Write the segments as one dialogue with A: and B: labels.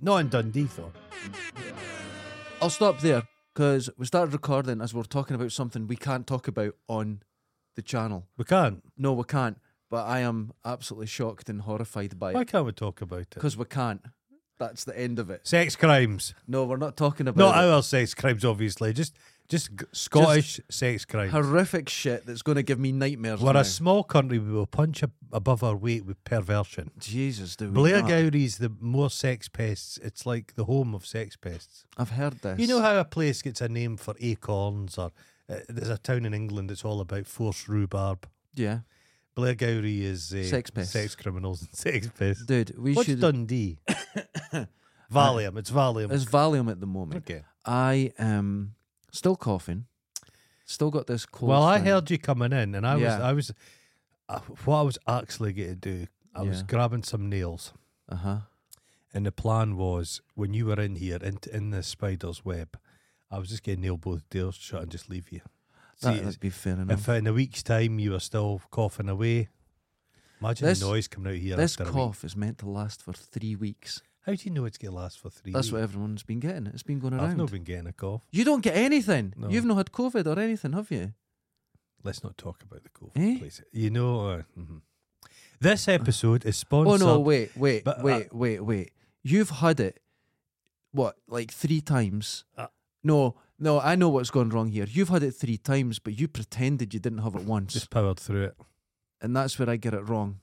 A: Not in Dundee, though.
B: I'll stop there because we started recording as we we're talking about something we can't talk about on the channel.
A: We can't.
B: No, we can't. But I am absolutely shocked and horrified by
A: Why
B: it
A: can't we talk about it?
B: because we can't. That's the end of it.
A: Sex crimes.
B: No, we're not talking about
A: Not
B: it.
A: our sex crimes, obviously. Just just g- Scottish sex crimes.
B: horrific shit that's going to give me nightmares.
A: We're
B: now.
A: a small country. We will punch ab- above our weight with perversion.
B: Jesus, do we
A: Blair
B: not?
A: Gowrie's the more sex pests. It's like the home of sex pests.
B: I've heard this.
A: You know how a place gets a name for acorns, or uh, there's a town in England that's all about forced rhubarb.
B: yeah,
A: Blair Gowrie is uh,
B: Sex pests.
A: sex criminals, and sex pests.
B: dude, we
A: What's
B: should.
A: Dundee? Valium. It's Valium.
B: It's Valium at the moment.
A: okay.
B: I am still coughing. Still got this cold.
A: Well, I
B: thing.
A: heard you coming in, and I was,
B: Yeah.
A: I was, uh, what I was actually going to do, I was
B: Yeah.
A: grabbing some nails,
B: Uh huh.
A: and the plan was when you were in here, in, in the spider's web, I was just going to nail both nails shut and just leave you. See,
B: That,
A: it's-
B: would be fair enough.
A: if in a week's time you were still coughing away, imagine
B: This-
A: the noise coming out here.
B: This
A: after a week.
B: cough is meant to last for three weeks.
A: How do you know it's going to last for three?
B: That's what
A: weeks?
B: everyone's been getting. It's been going
A: I've
B: around.
A: not been getting a cough.
B: you don't get anything.
A: No.
B: You've not had COVID or anything, have you?
A: Let's not talk about the cough,
B: Eh?
A: please. You know, uh, mhm. this episode is sponsored.
B: oh no! Wait, wait,
A: but, uh,
B: wait, wait, wait. You've had it. What, like three times?
A: Uh,
B: no, no. I know what's gone wrong here. You've had it three times, but you pretended you didn't have it once.
A: Just powered through it.
B: and that's where I get it wrong,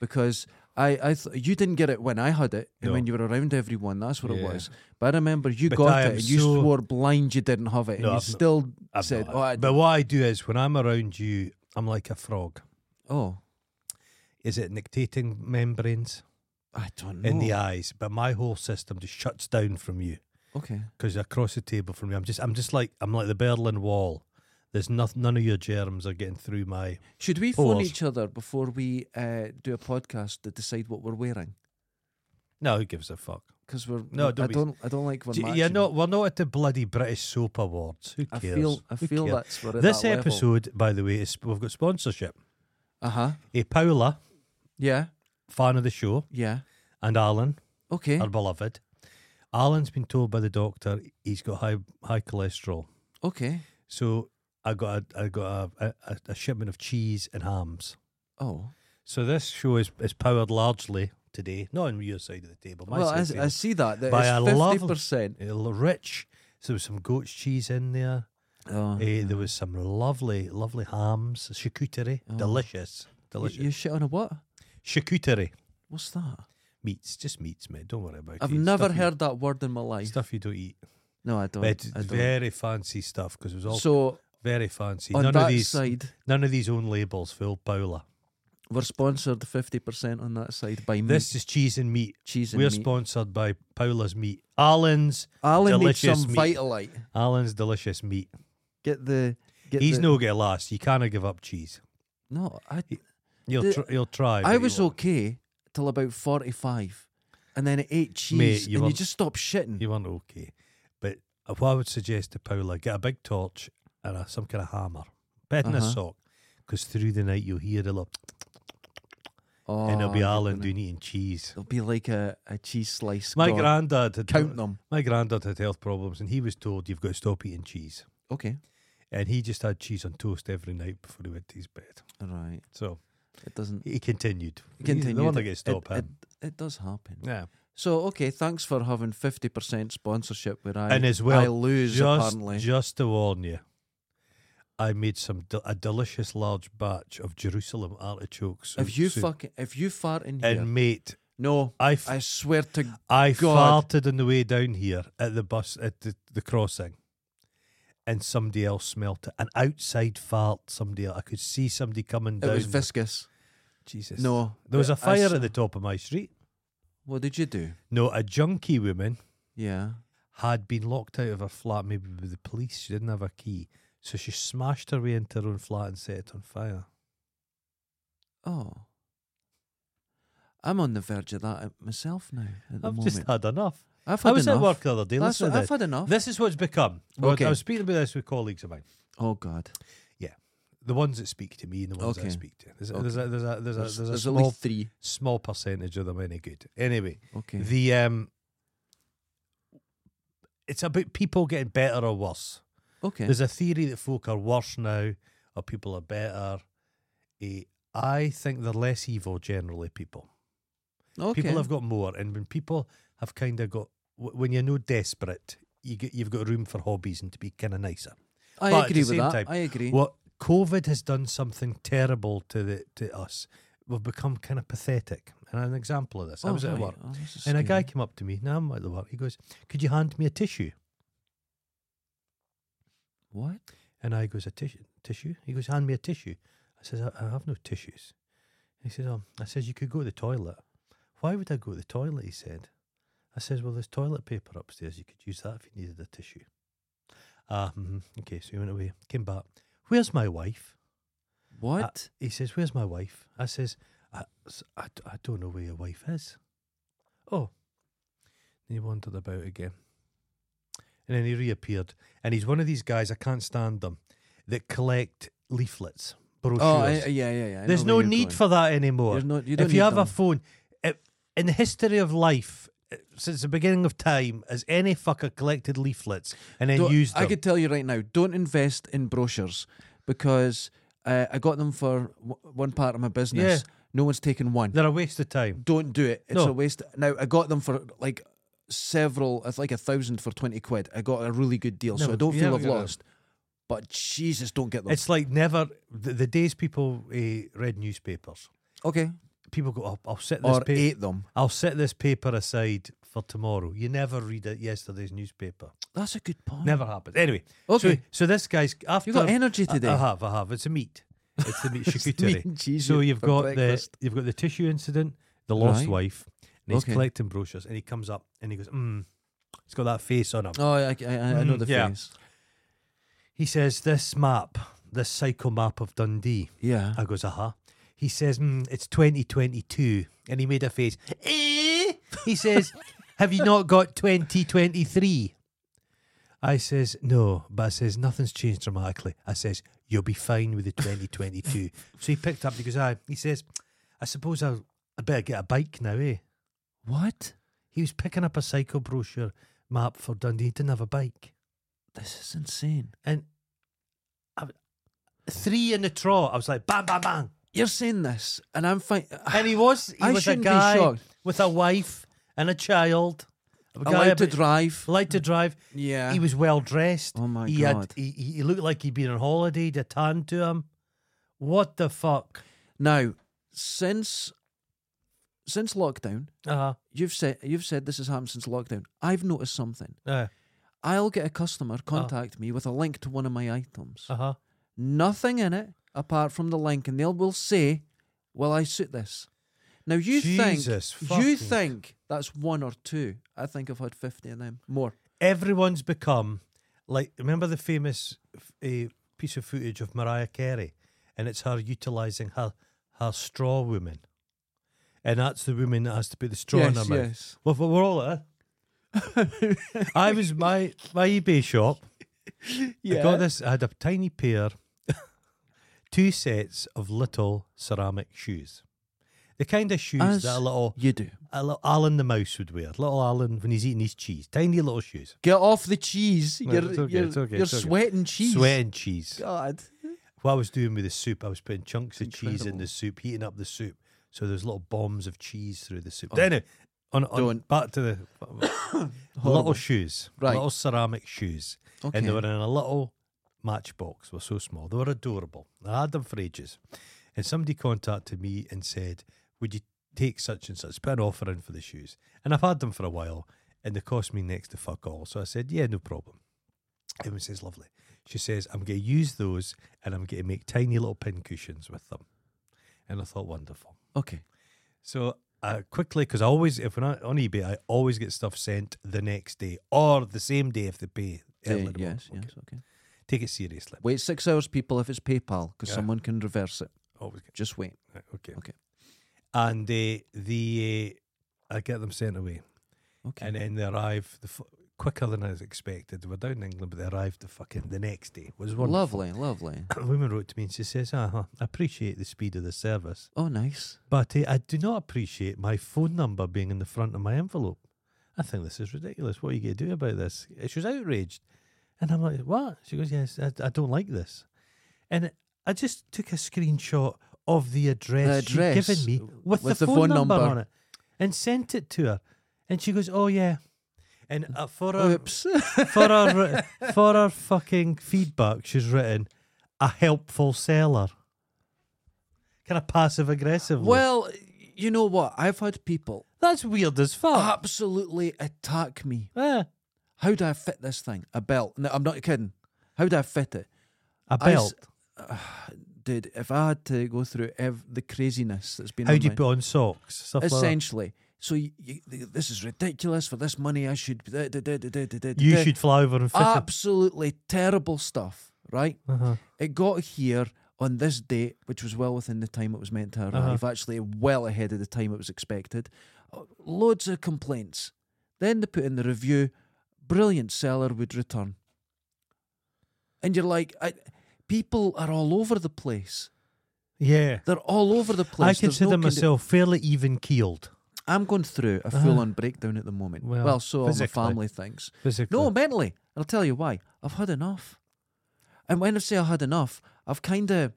B: because I, I, th- you didn't get it when I had it, and when
A: No.
B: you were around everyone, that's what it
A: Yeah.
B: was. But I remember you
A: But
B: got
A: I
B: it,
A: am
B: and you
A: so-
B: swore blind you didn't have it, and
A: No,
B: you
A: I've not-
B: still
A: I've
B: said,
A: not.
B: "Oh, I
A: but what I do is when I'm around you, I'm like a frog.
B: oh,
A: Is it nictating membranes
B: I don't know."
A: in the eyes? But my whole system just shuts down from you
B: okay,
A: because across the table from me, I'm just, I'm just like, I'm like the Berlin Wall. There's nothing, none of your germs are getting through my.
B: should we phone
A: Pause.
B: each other before we uh, do a podcast to decide what we're wearing?
A: No, who gives a fuck?
B: Because we're
A: No,
B: I
A: don't be-
B: don't I don't like we're
A: Do you-
B: matching.
A: You're not, we're not at the bloody British Soap Awards. Who
B: I
A: cares?
B: feel I
A: Who
B: feel
A: cares?
B: that's we're at
A: This
B: that
A: episode, by the way, is we've got sponsorship.
B: Uh huh.
A: A Paula,
B: Yeah.
A: fan of the show,
B: Yeah.
A: and Alan,
B: Okay.
A: our beloved. Alan's been told by the doctor he's got high high cholesterol.
B: Okay.
A: So I got a, I got a, a, a shipment of cheese and hams.
B: Oh.
A: So this show is, is powered largely today, not on your side of the table, my
B: well,
A: side
B: I,
A: of the
B: I
A: table.
B: see that. that
A: By
B: it's
A: a lovely-
B: fifty percent.
A: It'll rich. So there was some goat's cheese in there.
B: Oh.
A: Eh, there was some lovely, lovely hams, charcuterie,
B: Oh.
A: delicious,
B: You,
A: delicious
B: you shit on a what?
A: charcuterie
B: What's that?
A: meats, just meats, mate. Don't worry about it.
B: I've
A: It's
B: never
A: stuff you-
B: heard that word in my life.
A: stuff you don't eat.
B: No, I don't.
A: But it's
B: I don't.
A: very fancy stuff because it was all
B: so
A: very fancy.
B: on
A: None
B: that
A: of these,
B: side, Mm-hmm.
A: none of these own labels, Phil Paula.
B: we're sponsored fifty percent on that side by meat,
A: This is cheese and meat.
B: cheese and
A: We're
B: meat.
A: sponsored by Paula's Meat. Alan's
B: Alan needs
A: delicious
B: some
A: meat.
B: Vitalite.
A: Alan's delicious meat.
B: Get the. Get
A: He's
B: the,
A: no gonna last. You can't give up cheese.
B: No, I.
A: You'll
B: The-
A: tr- you'll try. but
B: I
A: you
B: was
A: won't.
B: okay till about 45. And then I ate cheese
A: Mate, you
B: and you
A: weren't-
B: just stopped shitting.
A: You weren't okay. But uh, what I would suggest to Paula, get a big torch and a, some kind of hammer, bed in a
B: Uh-huh.
A: sock, because through the night you'll hear a little,
B: oh,
A: and it'll be
B: you're
A: Alan
B: gonna-
A: doing eating cheese.
B: It'll be like a, a cheese slice.
A: My
B: gone.
A: granddad had
B: Count them.
A: my granddad had health problems, and he was told you've got to stop eating cheese,
B: Okay.
A: and he just had cheese on toast every night before he went to his bed.
B: All right.
A: So
B: It doesn't.
A: he continued. He-
B: Continue.
A: The one
B: It-
A: that gets stopped.
B: It, it,
A: him.
B: it does happen.
A: yeah.
B: So, okay. Thanks for having 50% sponsorship where I,
A: and as well,
B: I lose,
A: just,
B: apparently.
A: just to warn you, I made some del- a delicious large batch of Jerusalem artichokes.
B: if you fucking. If you fart in here.
A: and mate,
B: no.
A: I f-
B: I swear to.
A: I
B: God.
A: farted on the way down here at the bus at the, the crossing, and somebody else smelt it. An outside fart. Somebody else. I could see somebody coming
B: It
A: down.
B: was viscous.
A: Jesus.
B: No.
A: There was a
B: I
A: fire
B: s-
A: at the top of my street.
B: What did you do?
A: No, a junkie woman
B: Yeah.
A: had been locked out of her flat, maybe with the police. She didn't have a key. So she smashed her way into her own flat and set it on fire.
B: Oh. I'm on the verge of that myself now at the
A: I've
B: moment.
A: just had enough.
B: I've
A: I
B: had
A: was
B: enough.
A: at work the other day.
B: That's
A: Listen
B: what,
A: to
B: I've
A: this.
B: had enough.
A: This is what's become. Well,
B: Okay.
A: I was speaking about this with colleagues of mine.
B: oh God.
A: The ones that speak to me and the ones that I
B: Okay.
A: speak to. There's a,
B: Okay.
A: there's a, there's a, there's a,
B: There's,
A: there's a
B: there's at
A: small,
B: least three.
A: small percentage of them any good. Anyway,
B: Okay.
A: the um, it's about people getting better or worse.
B: Okay.
A: There's a theory that folk are worse now or people are better. Eh, I think they're less evil generally, people.
B: okay.
A: People have got more, and when people have kind of got, wh- when you're no desperate, you get you've got room for hobbies and to be kind of nicer.
B: I
A: but at
B: agree
A: the
B: with
A: same
B: that.
A: time,
B: I agree.
A: What COVID has done something terrible to the to us. We've become kind of pathetic, and an example of this. I
B: Oh,
A: was at
B: right.
A: work,
B: Oh, this is
A: and a guy
B: scary.
A: came up to me. Now I'm at the work. He goes, "Could you hand me a tissue?"
B: What?
A: And I goes, a tissue? Tissue? He goes, hand me a tissue. I says, I, I have no tissues. He says, um, I says, you could go to the toilet. Why would I go to the toilet? He said. I says, well, there's toilet paper upstairs. You could use that if you needed a tissue. Ah, mhm. okay. So he went away, came back. Where's my wife?
B: What?
A: He says, where's my wife? I says, I, s- I d- I don't know where your wife is. Oh. And he wandered about again. And then he reappeared. And he's one of these guys, I can't stand them, that collect leaflets, brochures.
B: oh, I, yeah, yeah, yeah. I
A: There's
B: know
A: no
B: where you're
A: need
B: going.
A: for that anymore.
B: There's no- you don't
A: if you
B: need
A: have a
B: them.
A: phone, i- in the history of life, i- since the beginning of time, has any fucker collected leaflets and then
B: Don't-
A: used them?
B: I could tell you right now, don't invest in brochures because uh, I got them for w- one part of my business. No one's taken one.
A: They're a waste of time.
B: Don't do it. It's
A: No.
B: a waste. Now I got them for like several. It's like a thousand for twenty quid. I got a really good deal, so
A: No,
B: I don't
A: you
B: feel
A: haven't
B: I've
A: got them.
B: lost. But Jesus, don't get them.
A: It's like never, the, the days people eh, read newspapers,
B: okay,
A: people go, I'll, I'll set this
B: or
A: paper.
B: ate them.
A: I'll set this paper aside for tomorrow. You never read it yesterday's newspaper.
B: That's a good point.
A: Never happens. Anyway,
B: Oh. Okay.
A: so, so this guy's after
B: You got energy
A: I-
B: today.
A: I, Uh, have, I have. It's a meat. It's the meat charcuterie.
B: and cheese
A: so
B: you
A: you've
B: for
A: got
B: breakfast.
A: the you've got the tissue incident, the lost
B: Right.
A: wife, and he's
B: Okay.
A: collecting brochures, and he comes up and he goes, "Mm." He's got that face on him.
B: oh, I, I, I I know
A: Mm,
B: the
A: yeah.
B: face.
A: He says, "This map, this psycho map of Dundee."
B: Yeah.
A: I goes, "Aha." He says, mm, "It's 2022," and he made a face. "Eh?" He says, "Have you not got 2023?" I says, "No," but I says, "Nothing's changed dramatically." I says, "You'll be fine with the 2022." so he picked up. He goes, "Aye." He says, "I suppose I'll, I better get a bike now, eh?"
B: What?
A: He was picking up a cycle brochure map for Dundee. He didn't have a bike,
B: This is insane.
A: and I, three in the trot. I was like, "Bang, bang, bang."
B: You're saying this, and I'm fine.
A: And he was. He
B: I
A: was a
B: shouldn't be
A: guy
B: shocked.
A: with a wife and a child. A guy
B: Allowed to
A: about-
B: drive.
A: allowed to drive.
B: Yeah.
A: He was well dressed.
B: Oh my
A: he
B: God.
A: Had, he, he he looked like he'd been on holiday. He'd a tan to him. What the fuck?
B: now, since since lockdown,
A: Uh,
B: you've said you've said this has happened since lockdown. I've noticed something.
A: uh,
B: I'll get a customer
A: Oh.
B: contact me with a link to one of my items.
A: uh-huh.
B: Nothing in it apart from the link, and they'll will say, "Will I suit this?" Now you
A: Jesus
B: think you
A: fucking-
B: think that's one or two. I think I've had fifty of them more.
A: Everyone's become like. Remember the famous uh, piece of footage of Mariah Carey, and it's her utilizing her her straw woman, and that's the woman that has to put the straw in her
B: yes,
A: mouth.
B: yes.
A: Well, for- we're all there. I was my my eBay shop. I got this. I had a tiny pair, two sets of little ceramic shoes, the kind of shoes
B: As
A: that a little,
B: You do.
A: a little Alan the mouse would wear. Little Alan when he's eating his cheese. Tiny little shoes.
B: Get off the cheese.
A: No,
B: you're
A: it's okay,
B: you're,
A: it's okay,
B: you're
A: it's okay.
B: sweating cheese.
A: Sweating cheese.
B: God.
A: What I was doing with the soup, I was putting chunks of cheese in
B: Incredible.
A: the soup, heating up the soup. So there's little bombs of cheese through the soup. anyway, on, on-
B: Oh. Don't.
A: back to the little shoes,
B: Right.
A: little ceramic shoes, and
B: Okay.
A: they were in a little matchbox. They were so small. They were adorable. I had them for ages, and somebody contacted me and said, "Would you take such and such? Put an offer in for the shoes." And I've had them for a while, and they cost me next to fuck all. So I said, "Yeah, no problem." And she says, "Lovely." She says, "I'm going to use those, and I'm going to make tiny little pin cushions with them." And I thought, wonderful.
B: Okay.
A: So uh, quickly, because I always, if we're not on eBay, I always get stuff sent the next day or the same day if they pay. early
B: Yeah,
A: in the
B: yes,
A: morning.
B: yes, okay.
A: Take it seriously.
B: Wait six hours, people, if it's PayPal, because
A: Yeah.
B: someone can reverse it.
A: Always get,
B: Just wait.
A: right, okay.
B: Okay.
A: And uh, the uh, I get them sent away,
B: Okay.
A: and then they arrive the f- quicker than I was expected. They were down in England, but they arrived the fucking the next day. It was wonderful.
B: lovely, lovely.
A: A woman wrote to me and she says, uh-huh, "I appreciate the speed of the service,
B: Oh, nice.
A: eh, but uh, I do not appreciate my phone number being in the front of my envelope." I think this is ridiculous. What are you going to do about this? And She was outraged. And I'm like, what? She goes, yes, I, I don't like this. And I just took a screenshot of the address, she'd
B: address
A: given me with, the, phone, number, on it and sent it to her. And she goes, oh, yeah. And uh, for her,
B: Oh, Oops.
A: for her for her fucking feedback, she's written a helpful seller. Kind of passive aggressively.
B: well, you know what? I've had people
A: that's weird as
B: Oh.
A: fuck.
B: absolutely attack me.
A: Eh,
B: How do I fit this thing? A belt. No, I'm not kidding. How do I fit it?
A: a
B: I
A: belt.
B: s- Dude, if I had to go through ev- the craziness that's been
A: How
B: on
A: do you
B: my-
A: put on socks? Stuff like that.
B: essentially. So you, you, this is ridiculous. For this money, I should. da- da- da- da- da- da- da-
A: You
B: da.
A: should fly over and fit it.
B: absolutely terrible stuff. Right?
A: Uh-huh.
B: It got here on this date, which was well within the time it was meant to
A: Uh-huh.
B: arrive. Actually, well ahead of the time it was expected. Uh, Loads of complaints. Then they put in the review. Brilliant seller would return. And you're like, I, people are all over the place.
A: Yeah.
B: They're all over the place.
A: I
B: There's no
A: consider
B: condi-
A: myself fairly even keeled
B: I'm going through a full on breakdown at the moment.
A: Uh-huh. Well,
B: Well, so all my
A: physically.
B: family thinks.
A: physically.
B: No, mentally. And I'll tell you why. I've had enough. And when I say I had enough, I've kind of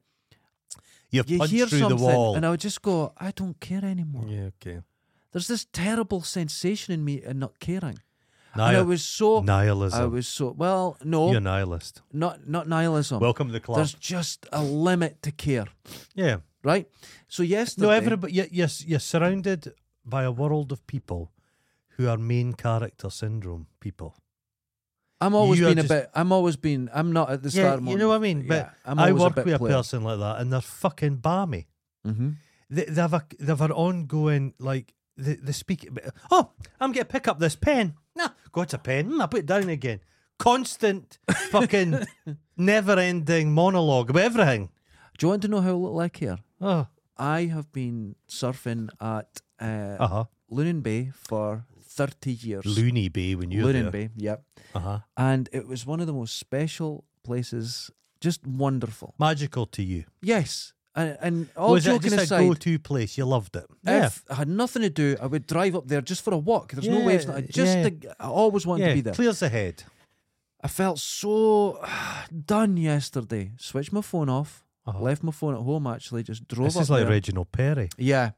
A: you've
B: you
A: punched
B: hear
A: through
B: something,
A: the wall.
B: and I would just go, I don't care anymore.
A: yeah, okay.
B: There's this terrible sensation in me in not caring, and I
A: Nihil-
B: was so,
A: nihilism.
B: I was so well, no,
A: You're a nihilist.
B: not not nihilism.
A: Welcome to the club.
B: There's just a limit to care,
A: Yeah.
B: right? So yesterday,
A: No, everybody. You're, you're, you're surrounded by a world of people who are main character syndrome people.
B: I'm always
A: you are
B: been a
A: just-
B: bit. I'm always been. I'm not at the start.
A: you know what I mean. But I work with a person like that, and they're fucking balmy.
B: Mm-hmm.
A: They, they have a they have an ongoing like they, they speak. Oh, I'm gonna pick up this pen. Nah, go it's a pen. Mm, I put it down again. Constant fucking never ending monologue about everything.
B: Do you want to know how little I care?
A: Oh,
B: I have been surfing at uh,
A: uh huh.
B: Lunan Bay for 30 years.
A: Loony Bay when you were
B: Lunan
A: there.
B: Bay, yep.
A: Uh huh.
B: And it was one of the most special places, just wonderful.
A: Magical to you.
B: Yes. And, and all
A: was it
B: joking
A: just
B: aside,
A: a go-to place? You loved it.
B: if I had nothing to do, I would drive up there just for a walk. There's no waves.
A: Yeah,
B: nothing. Just
A: yeah.
B: to, I always wanted
A: yeah.
B: to be there.
A: Clears the head.
B: I felt so done yesterday. Switched my phone off.
A: Uh-huh.
B: Left my phone at home. Actually, just drove.
A: This
B: up
A: is like
B: there.
A: Reginald Perry.
B: Yeah,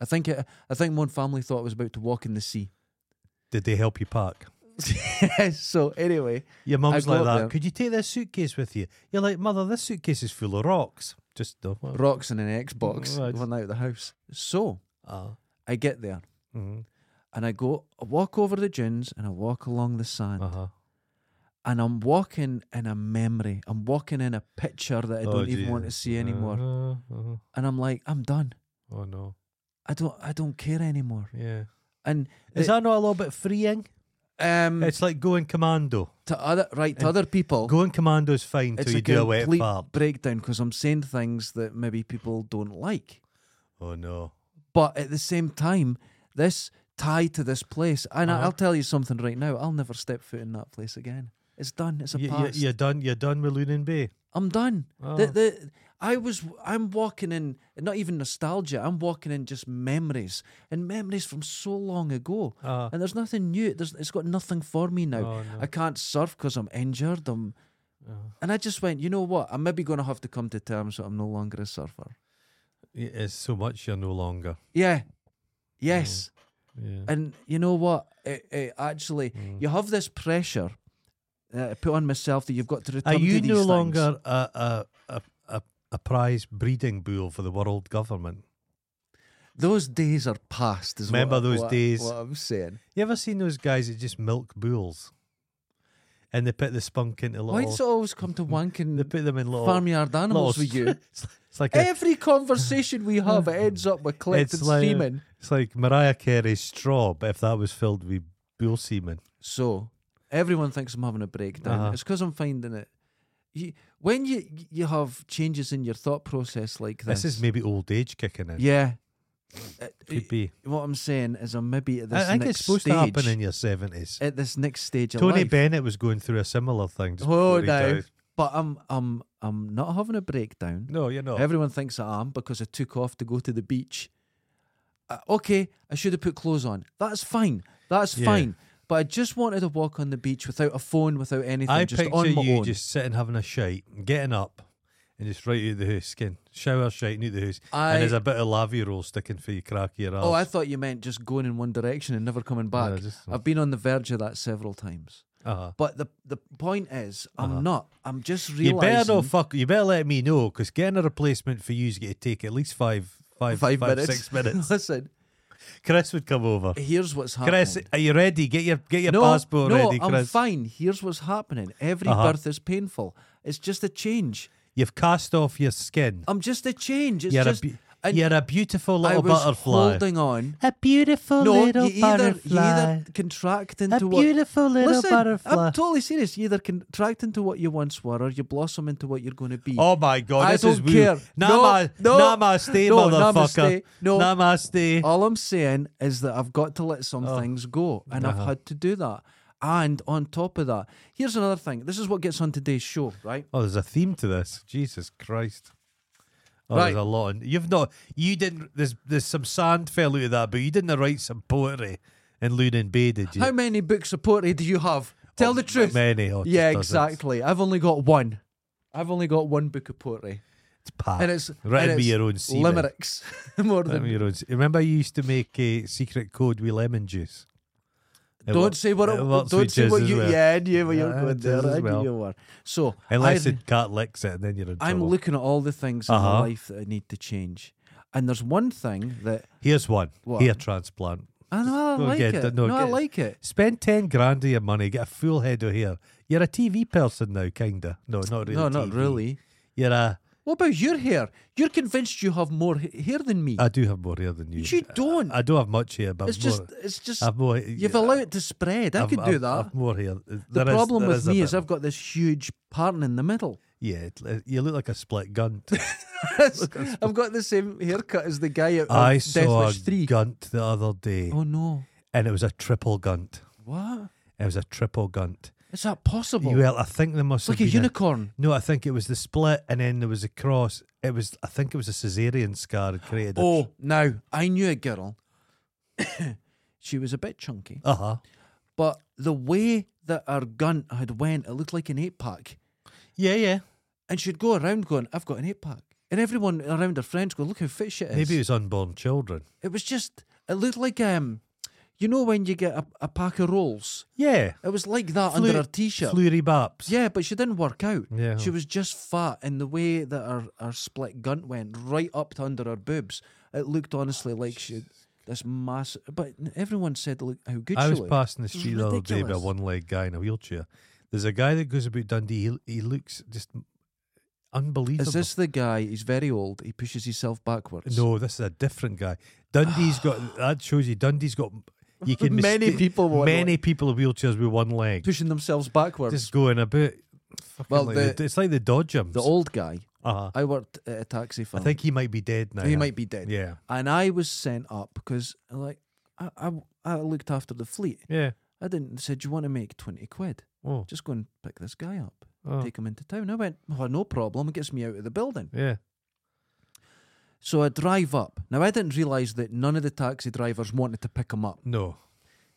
B: I think it, I think one family thought I was about to walk in the sea.
A: Did they help you pack?
B: so anyway,
A: Your mum's
B: go
A: like
B: up
A: that.
B: there.
A: Could you take this suitcase with you? You're like, mother, this suitcase is full of rocks. Just no.
B: rocks and an Xbox
A: Right.
B: one out of the house. So
A: Ah.
B: I get there
A: Mhm.
B: and I go, I walk over the dunes and I walk along the sand
A: Uh-huh.
B: and I'm walking in a memory. I'm walking in a picture that I
A: Oh,
B: don't even
A: Jesus.
B: want to see anymore.
A: Uh-huh, uh-huh.
B: And I'm like, I'm done.
A: Oh no.
B: I don't, I don't care anymore.
A: Yeah.
B: And
A: Is
B: the-
A: that not a little bit freeing?
B: um,
A: It's like going commando.
B: to other right to other people,
A: Going commando is fine
B: it's
A: till you
B: a
A: do a wet
B: complete
A: fart.
B: breakdown because I'm saying things that maybe people don't like.
A: Oh no.
B: But at the same time, this tie to this place, and I-
A: Uh-huh.
B: I'll tell you something right now, I'll never step foot in that place again. It's done. It's a
A: You,
B: past.
A: are done. You're done with Lunan Bay.
B: I'm done.
A: Oh.
B: The, the, I was. I'm walking in. Not even nostalgia. I'm walking in just memories and memories from so long ago.
A: Ah.
B: And there's nothing new. There's. It's got nothing for me now.
A: Oh, no.
B: Uh, I can't surf because I'm injured. I'm. And I just went. You know what? I'm maybe going to have to come to terms that I'm no longer a surfer.
A: It's so much. You're no longer.
B: Yeah. Yes.
A: Yeah.
B: And you know what? It, it actually,
A: Mm.
B: you have this pressure uh, I put on myself that you've got to return
A: Are
B: to
A: you
B: these
A: no
B: things.
A: longer a a, a a a prize breeding bull for the world government?
B: Those days are past. Is what
A: Remember
B: I-
A: those
B: what-
A: days?
B: What I'm saying.
A: You ever seen those guys that just milk bulls, and they put the spunk into
B: Why does it
A: little?
B: always come to
A: They
B: wanking
A: put them in little
B: farmyard animals
A: little
B: with you?
A: it's, it's like a,
B: Every conversation we have it ends up with clips
A: it's
B: and
A: like
B: streaming.
A: it's like Mariah Carey's straw, but if that was filled with bull semen,
B: So everyone thinks I'm having a breakdown.
A: Uh-huh.
B: It's because I'm finding it. You, when you you have changes in your thought process like this,
A: this is maybe old age kicking in.
B: yeah. It-
A: Could be.
B: What I'm saying is, I'm maybe at this
A: I think
B: next
A: it's supposed
B: stage.
A: to happen in your seventies.
B: at this next stage of
A: Tony
B: life.
A: Bennett was going through a similar thing. Just
B: oh
A: before he
B: no!
A: died.
B: But I'm I'm I'm not having a breakdown.
A: no, you're not.
B: Everyone thinks I am because I took off to go to the beach, uh, okay, I should have put clothes on. That's fine. That's
A: Yeah.
B: fine. But I just wanted to walk on the beach without a phone, without anything,
A: I
B: just
A: picture
B: on my
A: you
B: own.
A: just sitting having a shite, and getting up, and just right out the house, skin shower, shite, out the house,
B: I-
A: and there's a bit of lavy roll sticking for your crack of your arse.
B: oh, I thought you meant just going in one direction and never coming back.
A: No, just-
B: I've been on the verge of that several times.
A: uh-huh.
B: But the the point is, I'm not. I'm just
A: You
B: realizing.
A: better not fuck. You better let me know because getting a replacement for you's going to take at least five, five,
B: five,
A: five,
B: minutes.
A: six minutes.
B: Listen,
A: Chris would come over.
B: here's what's happening.
A: Chris, are you ready? Get your get your
B: no,
A: passport
B: no,
A: ready,
B: I'm
A: Chris.
B: fine. Here's what's happening. Every
A: Uh-huh.
B: birth is painful. It's just a change.
A: You've cast off your skin.
B: I'm just a change. It's
A: You're a,
B: just.
A: be-
B: and
A: you're a beautiful
B: I
A: little
B: was
A: butterfly.
B: holding on.
A: A beautiful
B: No, you
A: little
B: either, you
A: butterfly.
B: either contract into
A: A
B: what.
A: beautiful little
B: Listen,
A: butterfly.
B: I'm totally serious. You either contract into what you once were, or you blossom into what you're going to be.
A: Oh my god,
B: I
A: this is
B: don't
A: weird.
B: care.
A: Nama-
B: No, no,
A: namaste,
B: no,
A: motherfucker.
B: namaste, no.
A: Namaste.
B: All I'm saying is that I've got to let some
A: Oh.
B: things go, and
A: Uh-huh.
B: I've had to do that. And on top of that, here's another thing. This is what gets on today's show, right?
A: Oh, there's a theme to this. Jesus Christ. Oh,
B: Right.
A: there's a lot. In, you've not. You didn't. There's there's some sand fell out of that, but you didn't write some poetry in Loon and Bay, did you?
B: How many books of poetry do you have? Tell the truth.
A: Many. Oh, just
B: yeah,
A: dozens.
B: exactly. I've only got one. I've only got one book of poetry,
A: It's packed.
B: and it's
A: written
B: and
A: by
B: it's
A: Ah, your own semen.
B: limericks more
A: Written by
B: than.
A: your own se- Remember, you used to make a secret code with lemon juice. It
B: Don't
A: worked-
B: say what it,
A: works
B: don't
A: with
B: say what
A: jizz as
B: you
A: well.
B: yeah, I knew where you're
A: Yeah,
B: going
A: jizz
B: there.
A: as
B: I knew
A: well.
B: you were. So
A: Unless
B: I-
A: it cat licks it, and then you're in
B: I'm
A: trouble.
B: looking at all the things in my
A: Uh-huh.
B: life that I need to change, and there's one thing that
A: Here's one.
B: What?
A: Hair transplant.
B: I know I
A: Don't
B: like
A: get
B: it.
A: that-
B: No,
A: no,
B: I
A: get-
B: like it.
A: Spend 10 grand of your money, get a full head of hair. You're a TV person now, kinda. No, not really.
B: No, not
A: TV.
B: really.
A: You're a.
B: What about your hair? You're convinced you have more h- hair than me.
A: I do have more hair than you.
B: You don't.
A: I, I don't have much hair, but
B: it's
A: Uh, I've more,
B: just, it's just.
A: I've more.
B: You've allowed it to spread. I
A: I've-
B: could
A: I've-
B: do that.
A: I've more hair.
B: the problem with me is
A: i
B: I've got this huge pattern in the middle.
A: yeah, it- you look like a split gunt.
B: I've got the same haircut as the guy out of
A: I
B: Death
A: saw a
B: Wish Three.
A: gunt the other day,
B: Oh no!
A: and it was a triple gunt.
B: What?
A: It was a triple gunt.
B: Is that possible?
A: Well, I think there must
B: it's like a
A: have been
B: unicorn.
A: No, I think it was the split, and then there was a cross. It was, I think, it was a cesarean scar had created.
B: Oh, now I knew a girl. she was a bit chunky,
A: uh huh.
B: but the way that her gunt had went, it looked like an eight pack.
A: Yeah, yeah.
B: And she'd go around going, I've got an eight pack. And everyone around her friends go, look how fit she is.
A: Maybe it was unborn children.
B: It was just, it looked like, um, you know, when you get a, a pack of rolls,
A: Yeah,
B: it was like that
A: Flu-
B: under her t shirt.
A: fleury baps.
B: yeah, but she didn't work out.
A: Yeah.
B: She was just fat, and the way that her, her split gunt went right up to under her boobs, it looked honestly like she this massive. But everyone said look how good
A: I
B: she
A: was
B: looked.
A: passing the
B: It's
A: street the other day by a
B: ridiculous.
A: one-legged guy in a wheelchair. There's a guy that goes about Dundee. He, he looks just unbelievable.
B: Is this the guy? He's very old. He pushes himself backwards.
A: No, this is a different guy. Dundee's got that shows you. Dundee's got you can
B: Many
A: mistake-
B: people with one
A: many people in wheelchairs with one leg
B: pushing themselves backwards.
A: just going about. fucking
B: Well,
A: like
B: the-
A: the- it's like the Dodgems.
B: the old guy.
A: uh-huh.
B: I worked at a taxi
A: I
B: firm.
A: think he might be dead now.
B: he might be dead.
A: Yeah.
B: And I was sent up because like I, I I looked after the fleet.
A: Yeah.
B: I didn't said, Do you want to make twenty quid?
A: Oh.
B: Just go and pick this guy up.
A: oh,
B: Take him into town. I went, Oh, no problem, it gets me out of the building.
A: Yeah.
B: So I drive up. Now I didn't realise that none of the taxi drivers wanted to pick him up.
A: No.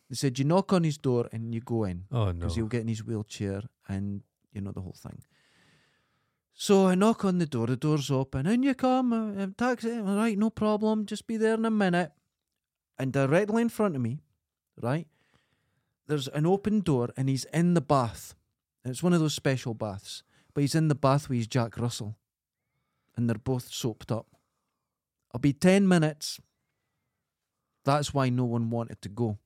B: They said, You knock on his door and you go in.
A: Oh no.
B: because he'll get in his wheelchair and you know the whole thing. So I knock on the door, the door's open, in you come, uh, um, taxi, all right, no problem, just be there in a minute. And directly in front of me, right, there's an open door and he's in the bath. And it's one of those special baths, but he's in the bath with his Jack Russell and they're both soaped up. I'll be 10 minutes. That's why no one wanted to go.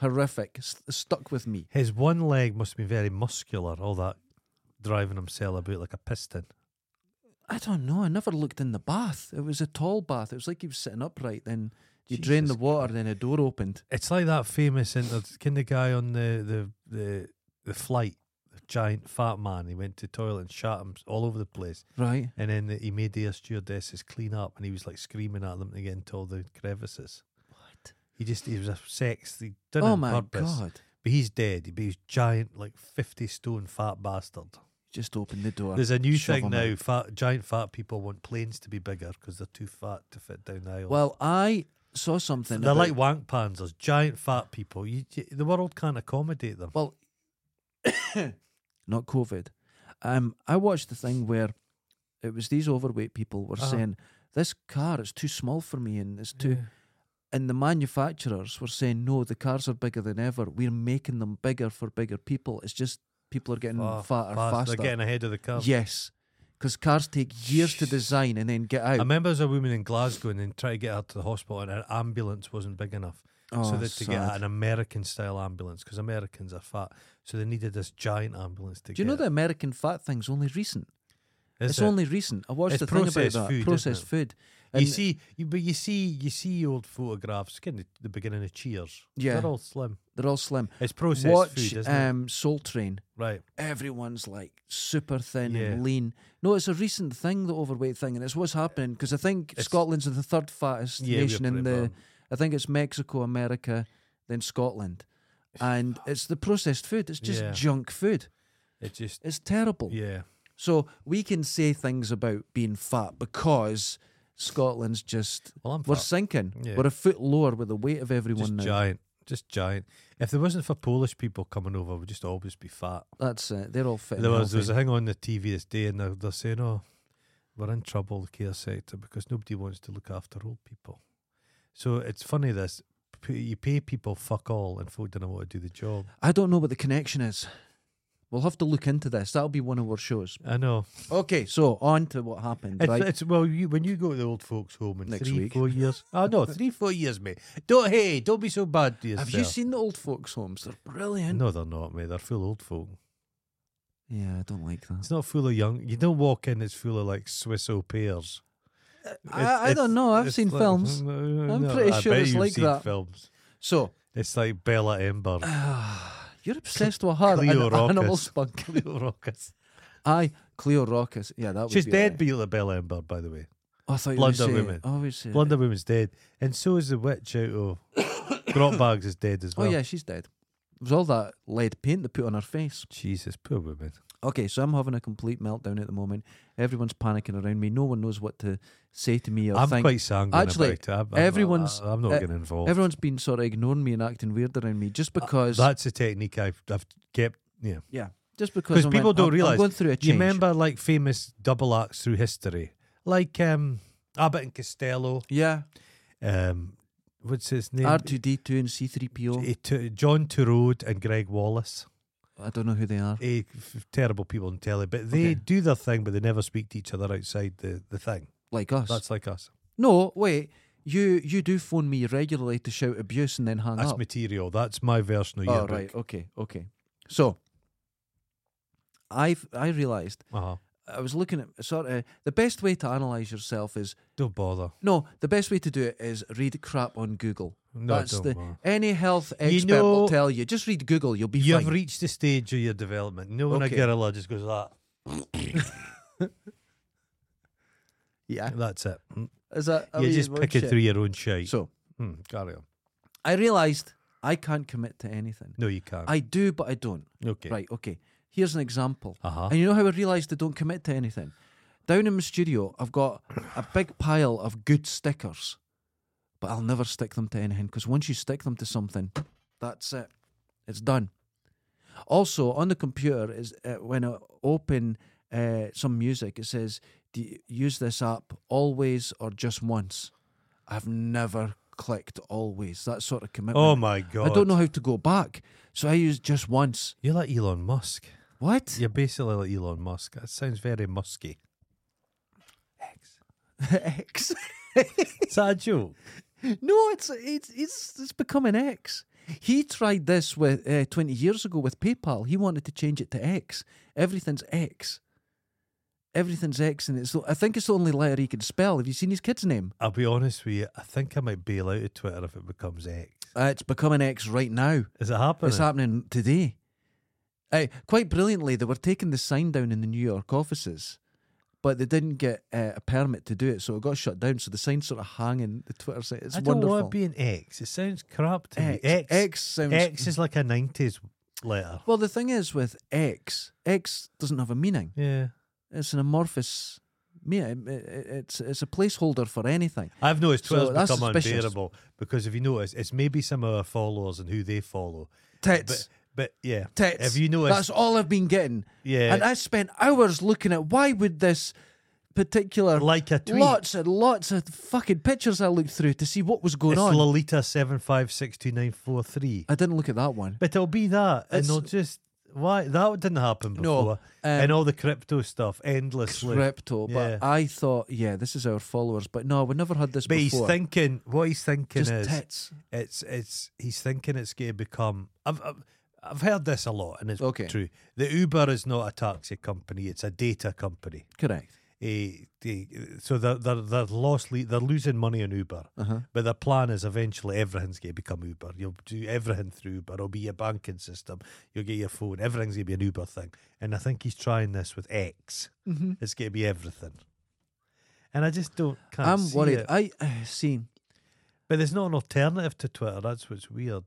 B: Horrific. S- stuck with me.
A: His one leg must be very muscular. All that driving himself about like a piston.
B: I don't know. I never looked in the bath. It was a tall bath. It was like he was sitting upright. Then you drain the
A: Jesus
B: water, then a door opened.
A: It's like that famous inter- kind of guy on the the the, the flight, the giant fat man. He went to toilet and shot him all over the place,
B: Right.
A: and then he made the air stewardesses clean up, and he was like screaming at them to get into all the crevices.
B: What?
A: He just he was a sex. He did it
B: Oh
A: on
B: my
A: purpose.
B: god.
A: But he's dead. He'd be a giant, like fifty stone fat bastard.
B: Just open the door.
A: There's a new
B: shove
A: thing
B: 'em
A: now.
B: out.
A: Fat, giant fat people want planes to be bigger because they're too fat to fit down the aisle.
B: Well, I saw something.
A: they're
B: about-
A: like wank pans. There's giant fat people. You, you- the world can't accommodate them.
B: Well, not COVID. Um, I watched the thing where it was these overweight people were
A: Uh-huh.
B: saying this car is too small for me and it's too. And the manufacturers were saying no, the cars are bigger than ever. We're making them bigger for bigger people. It's just people are getting
A: Far-
B: fatter
A: Oh, fast.
B: faster.
A: They're getting ahead of the curve.
B: Yes, because cars take years to design and then get out.
A: I remember there was a woman in Glasgow and then tried to get her to the hospital and her ambulance wasn't big enough.
B: oh,
A: so they had to get
B: sad.
A: an American style ambulance because Americans are fat. So they needed this giant ambulance to
B: Do you
A: get
B: know the
A: it.
B: American fat thing's only recent?
A: Is
B: it's
A: it?
B: only recent. I watched
A: It's
B: the thing about
A: processed
B: that
A: food, isn't
B: processed
A: it?
B: food.
A: you
B: And-
A: see, you, but you see, you see old photographs. Kind of the beginning of Cheers.
B: Yeah.
A: they're all slim.
B: They're all slim.
A: It's processed
B: Watch
A: food, isn't it?
B: um, Soul Train.
A: Right.
B: Everyone's like super thin
A: Yeah.
B: and lean. No, it's a recent thing, the overweight thing, and it's what's happening because I think
A: It's-
B: Scotland's the third fattest
A: Yeah, we're
B: nation in
A: pretty
B: the.
A: bad.
B: I think it's Mexico, America, then Scotland, and it's the processed food. It's just
A: Yeah.
B: junk food.
A: It just.
B: It's terrible.
A: Yeah.
B: So we can say things about being fat because Scotland's just
A: Well, I'm
B: we're
A: fat.
B: sinking.
A: Yeah.
B: We're a foot lower with the weight of everyone
A: Just
B: now.
A: giant. Just giant. If there wasn't for Polish people coming over, we'd just always be fat.
B: That's it. They're all fit.
A: There
B: and
A: was, there was
B: healthy.
A: a thing on the TV this day, and they're, they're saying, "Oh, we're in trouble, the care sector, because nobody wants to look after old people." So it's funny this. p- You pay people fuck all, and folk don't want to do the job.
B: I don't know what the connection is. We'll have to look into this. That'll be one of our shows.
A: I know.
B: Okay, so on to what happened.
A: It's,
B: right?
A: it's well, you, when you go to the old folks' home in
B: Next
A: three,
B: week.
A: four years. Oh no, three, four years, mate. Don't hey, don't be so bad to yourself.
B: Have you seen the old folks' homes? They're brilliant.
A: No, they're not, mate. They're full of old folk.
B: Yeah, I don't like that.
A: It's not full of young. You don't walk in. It's full of like Swiss au pairs. It's-
B: I, I
A: it's-
B: don't know. I've
A: it's
B: seen
A: like-
B: films.
A: No,
B: I'm
A: no,
B: pretty
A: I
B: sure
A: bet
B: it's
A: you've
B: like
A: seen
B: that.
A: Films.
B: So
A: It's like Bella Ember.
B: you're obsessed with her
A: Cleo
B: and animal
A: Raucus.
B: spunk.
A: Cleo Rockus.
B: Aye, Cleo Rockus. Yeah, that would
A: She's
B: be
A: dead,
B: alright.
A: Bella Bella Ember. By the way,
B: Oh, I thought you
A: Blunder
B: were saying,
A: woman.
B: Obviously.
A: Blunder Woman's dead, and so is the witch out of Grotbags is dead as
B: Oh
A: well.
B: yeah, she's dead. It was all that lead paint they put on her face.
A: Jesus, poor woman.
B: Okay, so I'm having a complete meltdown at the moment. Everyone's panicking around me. No one knows what to say to me or
A: I'm
B: think.
A: quite sanguine
B: Actually,
A: about it. I'm, I'm not-
B: everyone's-
A: I- I'm not
B: uh,
A: getting involved.
B: Everyone's been sort of ignoring me and acting weird around me
A: Uh,
B: just because.
A: That's a technique I've, I've kept. Yeah,
B: yeah, just because.
A: 'Cause
B: I'm
A: people
B: in-
A: don't
B: I'm-
A: realise-
B: I'm going through a change.
A: you remember like famous double acts through history, like um, Abbott and Costello.
B: Yeah,
A: Um, what's his name?
B: R two D two and C three PO.
A: He t- John Turod and Greg Wallace.
B: I don't know who they are.
A: Eh, f- terrible people on telly, but they
B: Okay.
A: do their thing, but they never speak to each other outside the, the thing.
B: Like us.
A: That's like us.
B: no, wait. You you do phone me regularly to shout abuse and then hang
A: That's
B: up.
A: material. That's my version of
B: oh
A: yearbook.
B: right, okay, okay. So, I've I realised
A: Uh-huh.
B: I was looking at sort of the best way to analyse yourself is
A: Don't bother.
B: No, the best way to do it is read crap on Google.
A: No,
B: That's
A: don't
B: the
A: bother.
B: any health expert
A: know-
B: will tell you. Just read Google, you'll be
A: You've
B: fine.
A: reached the stage of your development. No one a
B: Okay.
A: gorilla just goes "Ah, that.
B: yeah,
A: That's it.
B: Oh, is that? I
A: you
B: mean,
A: just
B: what
A: pick it
B: shit?
A: through your own shite.
B: So
A: Hmm, carry on.
B: I realised I can't commit to anything.
A: No, you can't.
B: I do, but I don't.
A: okay.
B: Right? Okay. Here's an example.
A: Uh-huh.
B: And you know how I realised I don't commit to anything? Down in my studio, I've got a big pile of good stickers, but I'll never stick them to anything because once you stick them to something, that's it. It's done. Also, on the computer, is uh, when I open uh, some music, it says, Do you use this app always or just once? I've never clicked always. That sort of commitment.
A: Oh my god.
B: I don't know how to go back. So I use just once.
A: You're like Elon Musk.
B: What?
A: You're basically like Elon Musk. That sounds very musky.
B: X.
A: Is that a joke?
B: No, it's it's it's it's becoming X. He tried this with uh, twenty years ago with PayPal. He wanted to change it to X. Everything's X. Everything's X, and it's the- I think it's the only letter he can spell. Have you seen his kid's name?
A: I'll be honest with you. I think I might bail out of Twitter if it becomes X.
B: Uh, it's becoming X right now.
A: Is it happening?
B: It's happening today. Uh, quite brilliantly, they were taking the sign down in the New York offices, but they didn't get uh, a permit to do it, so it got shut down. So the sign's sort of hanging. The Twitter site. It's
A: I don't
B: wonderful.
A: want to be an X. It sounds crap to
B: X.
A: me. X,
B: X sounds
A: X is like a nineties letter.
B: Well, the thing is with X, X doesn't have a meaning.
A: Yeah.
B: It's an amorphous. Yeah, it's it's a placeholder for anything.
A: I've noticed
B: So
A: Twitter's
B: that's
A: become
B: suspicious.
A: unbearable because if you notice, it's maybe some of our followers and who they follow. But,
B: Tits,
A: but yeah,
B: tits.
A: if you notice,
B: that's all I've been getting.
A: yeah,
B: And I spent hours looking at why would this particular
A: like a tweet.
B: lots and lots of fucking pictures I looked through to see what was going
A: It's
B: on.
A: Lolita seven five six two nine four three.
B: I didn't look at that one.
A: But it'll be that, and
B: It's-
A: they'll just why that didn't happen
B: No,
A: before, and
B: um,
A: all the crypto stuff endlessly.
B: Crypto, but
A: Yeah.
B: I thought, yeah, this is our followers. But no, we never had this
A: but he's
B: before.
A: thinking what he's thinking
B: Just
A: is
B: tits.
A: it's it's he's thinking it's going to become. I've, I've I've heard this a lot, and it's
B: Okay.
A: true. The Uber is not a taxi company; it's a data company.
B: Correct.
A: Eh, they, so they're they're they're, lost, le- they're losing money on Uber.
B: Uh-huh.
A: But the plan is eventually everything's going to become Uber. You'll do everything through Uber. It'll be your banking system. You'll get your phone. Everything's going to be an Uber thing. And I think he's trying this with X.
B: Mm-hmm.
A: It's going to be everything. And I just don't. Can't
B: I'm
A: see
B: worried.
A: it.
B: I uh, see.
A: but there's not an alternative to Twitter. That's what's weird.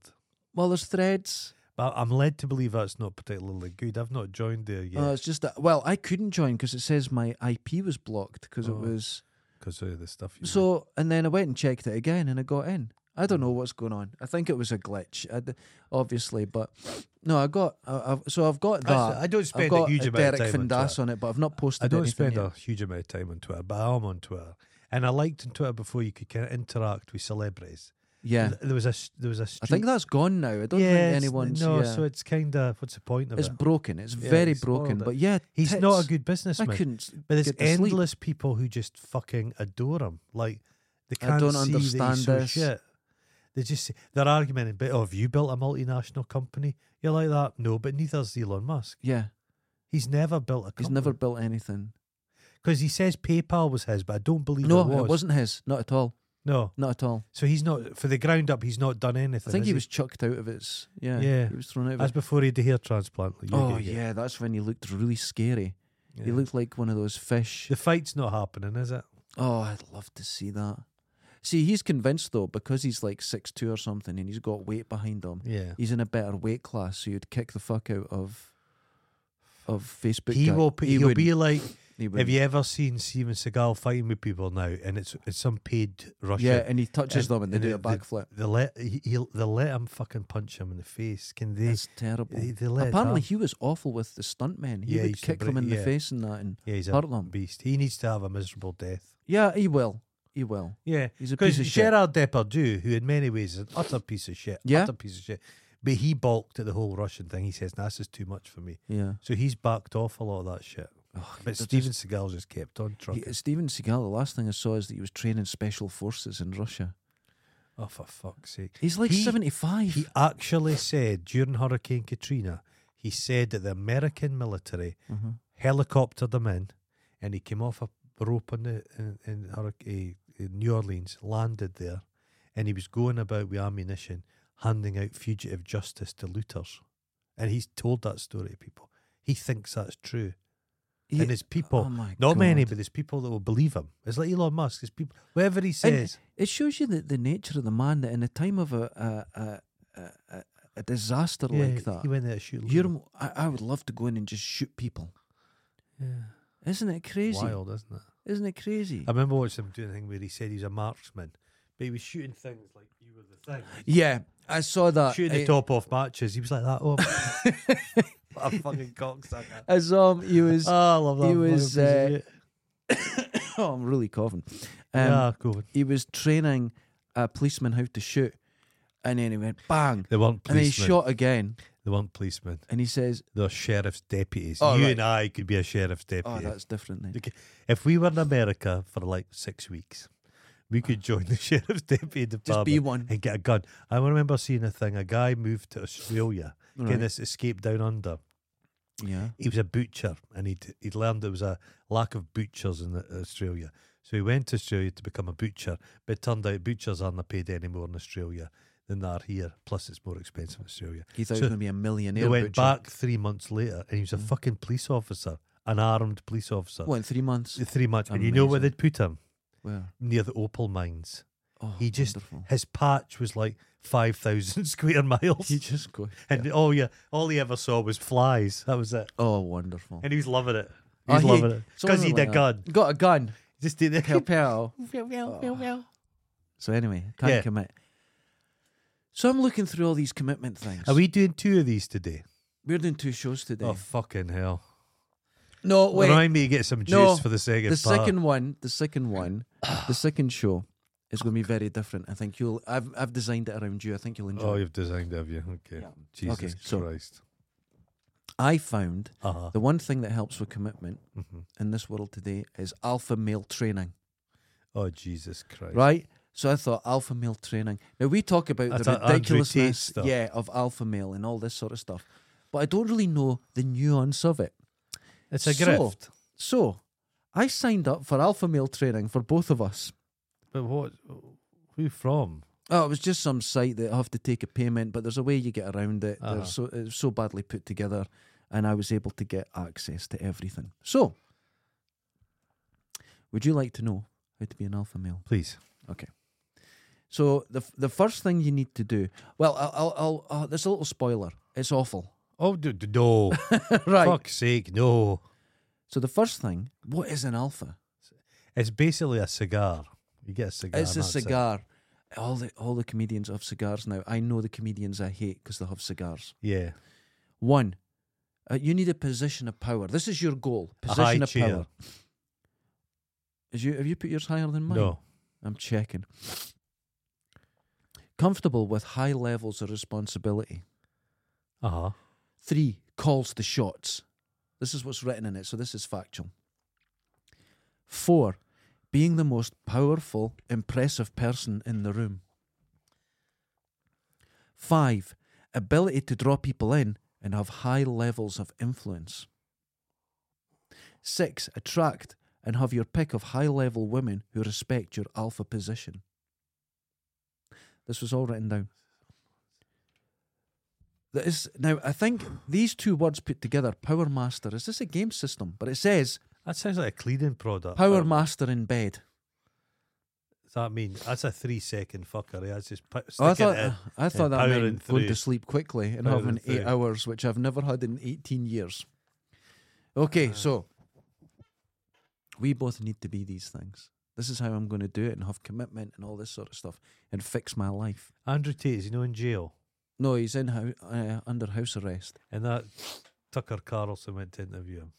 B: Well, there's threads.
A: But I'm led to believe that's not particularly good. I've not joined there
B: Uh,
A: yet
B: it's just that. Well, I couldn't join because it says my IP was blocked because
A: Oh.
B: it was.
A: because of the stuff. You
B: So, and then I went and checked it again, and I got in. I don't know what's going on. I think it was a glitch, I d obviously. But no, I got. I, I've, so I've got
A: I s-
B: that.
A: I don't spend
B: I've
A: a
B: got
A: huge
B: a
A: amount of
B: Derek
A: time on
B: Van Dass on it, but I've not posted.
A: I don't
B: anything
A: spend
B: yet.
A: a huge amount of time on Twitter, but I am on Twitter, and I liked on Twitter before you could kind of interact with celebrities.
B: Yeah,
A: Th- there was a s- there was a
B: I
A: street.
B: think that's gone now. I don't
A: Yes,
B: think anyone's.
A: no.
B: yeah.
A: So it's kind of what's the point of
B: it's
A: it?
B: broken. It's
A: Yeah,
B: very
A: he's spoiled
B: broken.
A: it.
B: But yeah,
A: He's
B: tits.
A: not a good
B: I
A: businessman,
B: couldn't.
A: but there's
B: get to sleep.
A: endless people who just fucking adore him. Like they
B: I
A: can't
B: don't
A: see that
B: understand
A: he's so
B: this.
A: shit. They just say- they're arguing, but oh, have you built a multinational company? You're like that? No, but neither's Elon Musk.
B: Yeah,
A: He's never built a company.
B: he's never built anything.
A: because he says PayPal was his, but I don't believe
B: No,
A: it was.
B: it wasn't his. Not at all.
A: No,
B: Not at all.
A: So he's not for the ground up. He's not done anything.
B: I think
A: has
B: he was chucked out of its. Yeah,
A: Yeah.
B: He was thrown out of
A: That's
B: it.
A: before he had the hair transplant. like you
B: Oh
A: did,
B: yeah, that's when he looked really scary.
A: yeah.
B: He looked like one of those fish.
A: The fight's not happening, is it?
B: Oh, I'd love to see that. See, he's convinced though because he's like six two or something, and he's got weight behind him.
A: Yeah.
B: He's in a better weight class, so you'd kick the fuck out of of Facebook.
A: he
B: guy.
A: will. He will be
B: wouldn't.
A: like.
B: He
A: Have
B: wouldn't.
A: you ever seen Steven Seagal fighting with people now? And it's it's some paid Russian.
B: yeah, and he touches them and they
A: and
B: do a
A: the-
B: backflip.
A: They let he he'll- they let him fucking punch him in the face. Can they?
B: That's terrible.
A: They, they let
B: Apparently,
A: him.
B: he was awful with the stuntmen. He
A: Yeah, he
B: would
A: used to
B: kick them
A: bri-
B: in the
A: yeah.
B: face and that. And
A: yeah, he's a
B: hurt them.
A: beast. He needs to have a miserable death.
B: yeah, he will. He will.
A: Yeah,
B: He's a
A: Because
B: piece of shit.
A: Gerard Depardieu, who in many ways is an utter piece of shit,
B: Yeah.
A: utter piece of shit, but he balked at the whole Russian thing. He says, nah, "This is too much for me,"
B: Yeah.
A: so he's backed off a lot of that shit.
B: Oh,
A: But Steven Seagal just kept on
B: he,
A: trucking.
B: Steven Seagal. The last thing I saw is that he was training special forces in Russia.
A: oh, for fuck's sake!
B: He's like
A: He-
B: seventy-five.
A: He actually said during Hurricane Katrina, he said that the American military
B: Mhm.
A: helicoptered him in, and he came off a rope in the in, in, Hurricane, in New Orleans, landed there, and he was going about with ammunition, handing out fugitive justice to looters, and he's told that story to people. He thinks that's true,
B: He-
A: and there's people,
B: oh my
A: not many,
B: God.
A: but there's people that will believe him. It's like Elon Musk. There's people, whatever he
B: And
A: says.
B: it shows you the, the nature of the man that in a time of a a a, a, a, a disaster
A: Yeah,
B: like that,
A: he went there to shoot.
B: you're,
A: looters.
B: mo- I, I would love to go in and just shoot people.
A: Yeah.
B: Isn't it crazy?
A: Wild, isn't it?
B: Isn't it crazy?
A: I remember watching him doing a thing where he said he was a marksman, but he was shooting things like you were the thing.
B: yeah, I saw that. eh,
A: shooting
B: I-
A: the top off matches. He was like that. Oh, what a fucking cocksucker.
B: As um, he was.
A: Oh, I love that.
B: he
A: fucking
B: was,
A: piece of
B: uh,
A: shit.
B: oh, I'm really coughing. Um,
A: yeah, cool.
B: He was training a policeman how to shoot, and then he went bang,
A: They weren't
B: and then
A: policemen.
B: he shot again,
A: They weren't policemen.
B: and he says,
A: They're sheriff's deputies.
B: Oh,
A: you
B: right.
A: and I could be a sheriff's
B: "Oh,
A: deputy.
B: that's different." Then.
A: Okay. If we were in America for like six weeks, we could join the sheriff's deputy
B: Ah. Just
A: department
B: be one.
A: and get a gun. I remember seeing a thing. A guy moved to Australia.
B: Right.
A: Getting this escape down under.
B: Yeah.
A: he was a butcher and he'd, he'd learned there was a lack of butchers in uh, Australia. So he went to Australia to become a butcher, but it turned out butchers aren't paid any more in Australia than they are here. Plus, it's more expensive in Australia.
B: He
A: So
B: thought he was going to be a
A: They
B: millionaire.
A: went
B: butcher. Hmm.
A: back three months later and he was a fucking police officer, an armed police officer.
B: What in three months?
A: Three months. And you know where
B: Amazing.
A: they'd put him?
B: Well,
A: Near the opal mines.
B: Oh,
A: He just-
B: wonderful.
A: His patch was like five thousand square miles,
B: He just go.
A: and all yeah, all he ever saw was flies. That was it,
B: Oh, wonderful.
A: and he was loving it. He was
B: Oh,
A: loving it
B: someone
A: because he'd
B: like
A: a
B: that.
A: gun.
B: Got a gun.
A: Just did
B: Pew
A: the
B: pew. So anyway, can't
A: Yeah.
B: commit. So I'm looking through all these commitment things.
A: Are we doing two of these today?
B: We're doing two shows today.
A: Oh fucking hell!
B: no, wait.
A: Remind me to get some juice
B: No,
A: for the second
B: the
A: part.
B: second one, the second one, the second show is going to be very different. I think you'll. I've I've designed it around you. I think you'll enjoy.
A: Oh,
B: it.
A: you've designed, have you? Okay.
B: Yeah.
A: Jesus
B: Okay, so-
A: Christ.
B: I found
A: Uh-huh.
B: the one thing that helps with commitment
A: Mhm.
B: in this world today is alpha male training.
A: Oh, Jesus Christ.
B: Right. So I thought alpha male training. Now we talk about
A: That's
B: the
A: that Andrew Tate
B: ridiculousness,
A: stuff.
B: yeah, of alpha male and all this sort of stuff, but I don't really know the nuance of it.
A: It's a
B: So-
A: gift.
B: So I signed up for alpha male training for both of us.
A: But what? Who from?
B: Oh, it was just some site that I have to take a payment, but there's a way you get around it.
A: Uh-huh.
B: They're so it's so badly put together, and I was able to get access to everything. So, would you like to know how to be an alpha male?
A: Please.
B: So the f- the first thing you need to do. Well, I'll I'll, I'll uh, there's a little spoiler. It's awful,
A: Oh, d- d- no.
B: right?
A: Fuck's sake, no.
B: So the first thing, what is an alpha?
A: It's basically a cigar. You get a cigar.
B: it's a
A: and that's it.
B: cigar. All the all the comedians have cigars now. I know the comedians I hate because they have cigars.
A: Yeah.
B: One, uh, you need a position of power. This is your goal.
A: A high
B: Position of
A: chair.
B: power. Is you have you put yours higher than mine?
A: No.
B: I'm checking. Comfortable with high levels of responsibility.
A: Uh huh.
B: Three calls the shots. This is what's written in it, so this is factual. Four, being the most powerful, impressive person in the room. Five, ability to draw people in and have high levels of influence. Six, attract and have your pick of high level women who respect your alpha position. This was all written down. That is now I think these two words put together, Power Master, is this a game system? But it says
A: That sounds like a cleaning product.
B: Power
A: What
B: Master in bed.
A: does that mean? That's a three second fuckery. That's just pu-
B: Oh, I
A: sticking
B: thought
A: it in.
B: I thought that
A: Power
B: meant
A: and
B: going
A: three.
B: to sleep quickly and
A: Power
B: having
A: and
B: eight
A: three.
B: hours, which I've never had in eighteen years. Okay,
A: Ah.
B: so we both need to be these things. This is how I'm going to do it and have commitment and all this sort of stuff and fix my life.
A: Andrew Tate, is he not in jail?
B: No, he's in hou- uh, under house arrest.
A: And that Tucker Carlson went to interview him.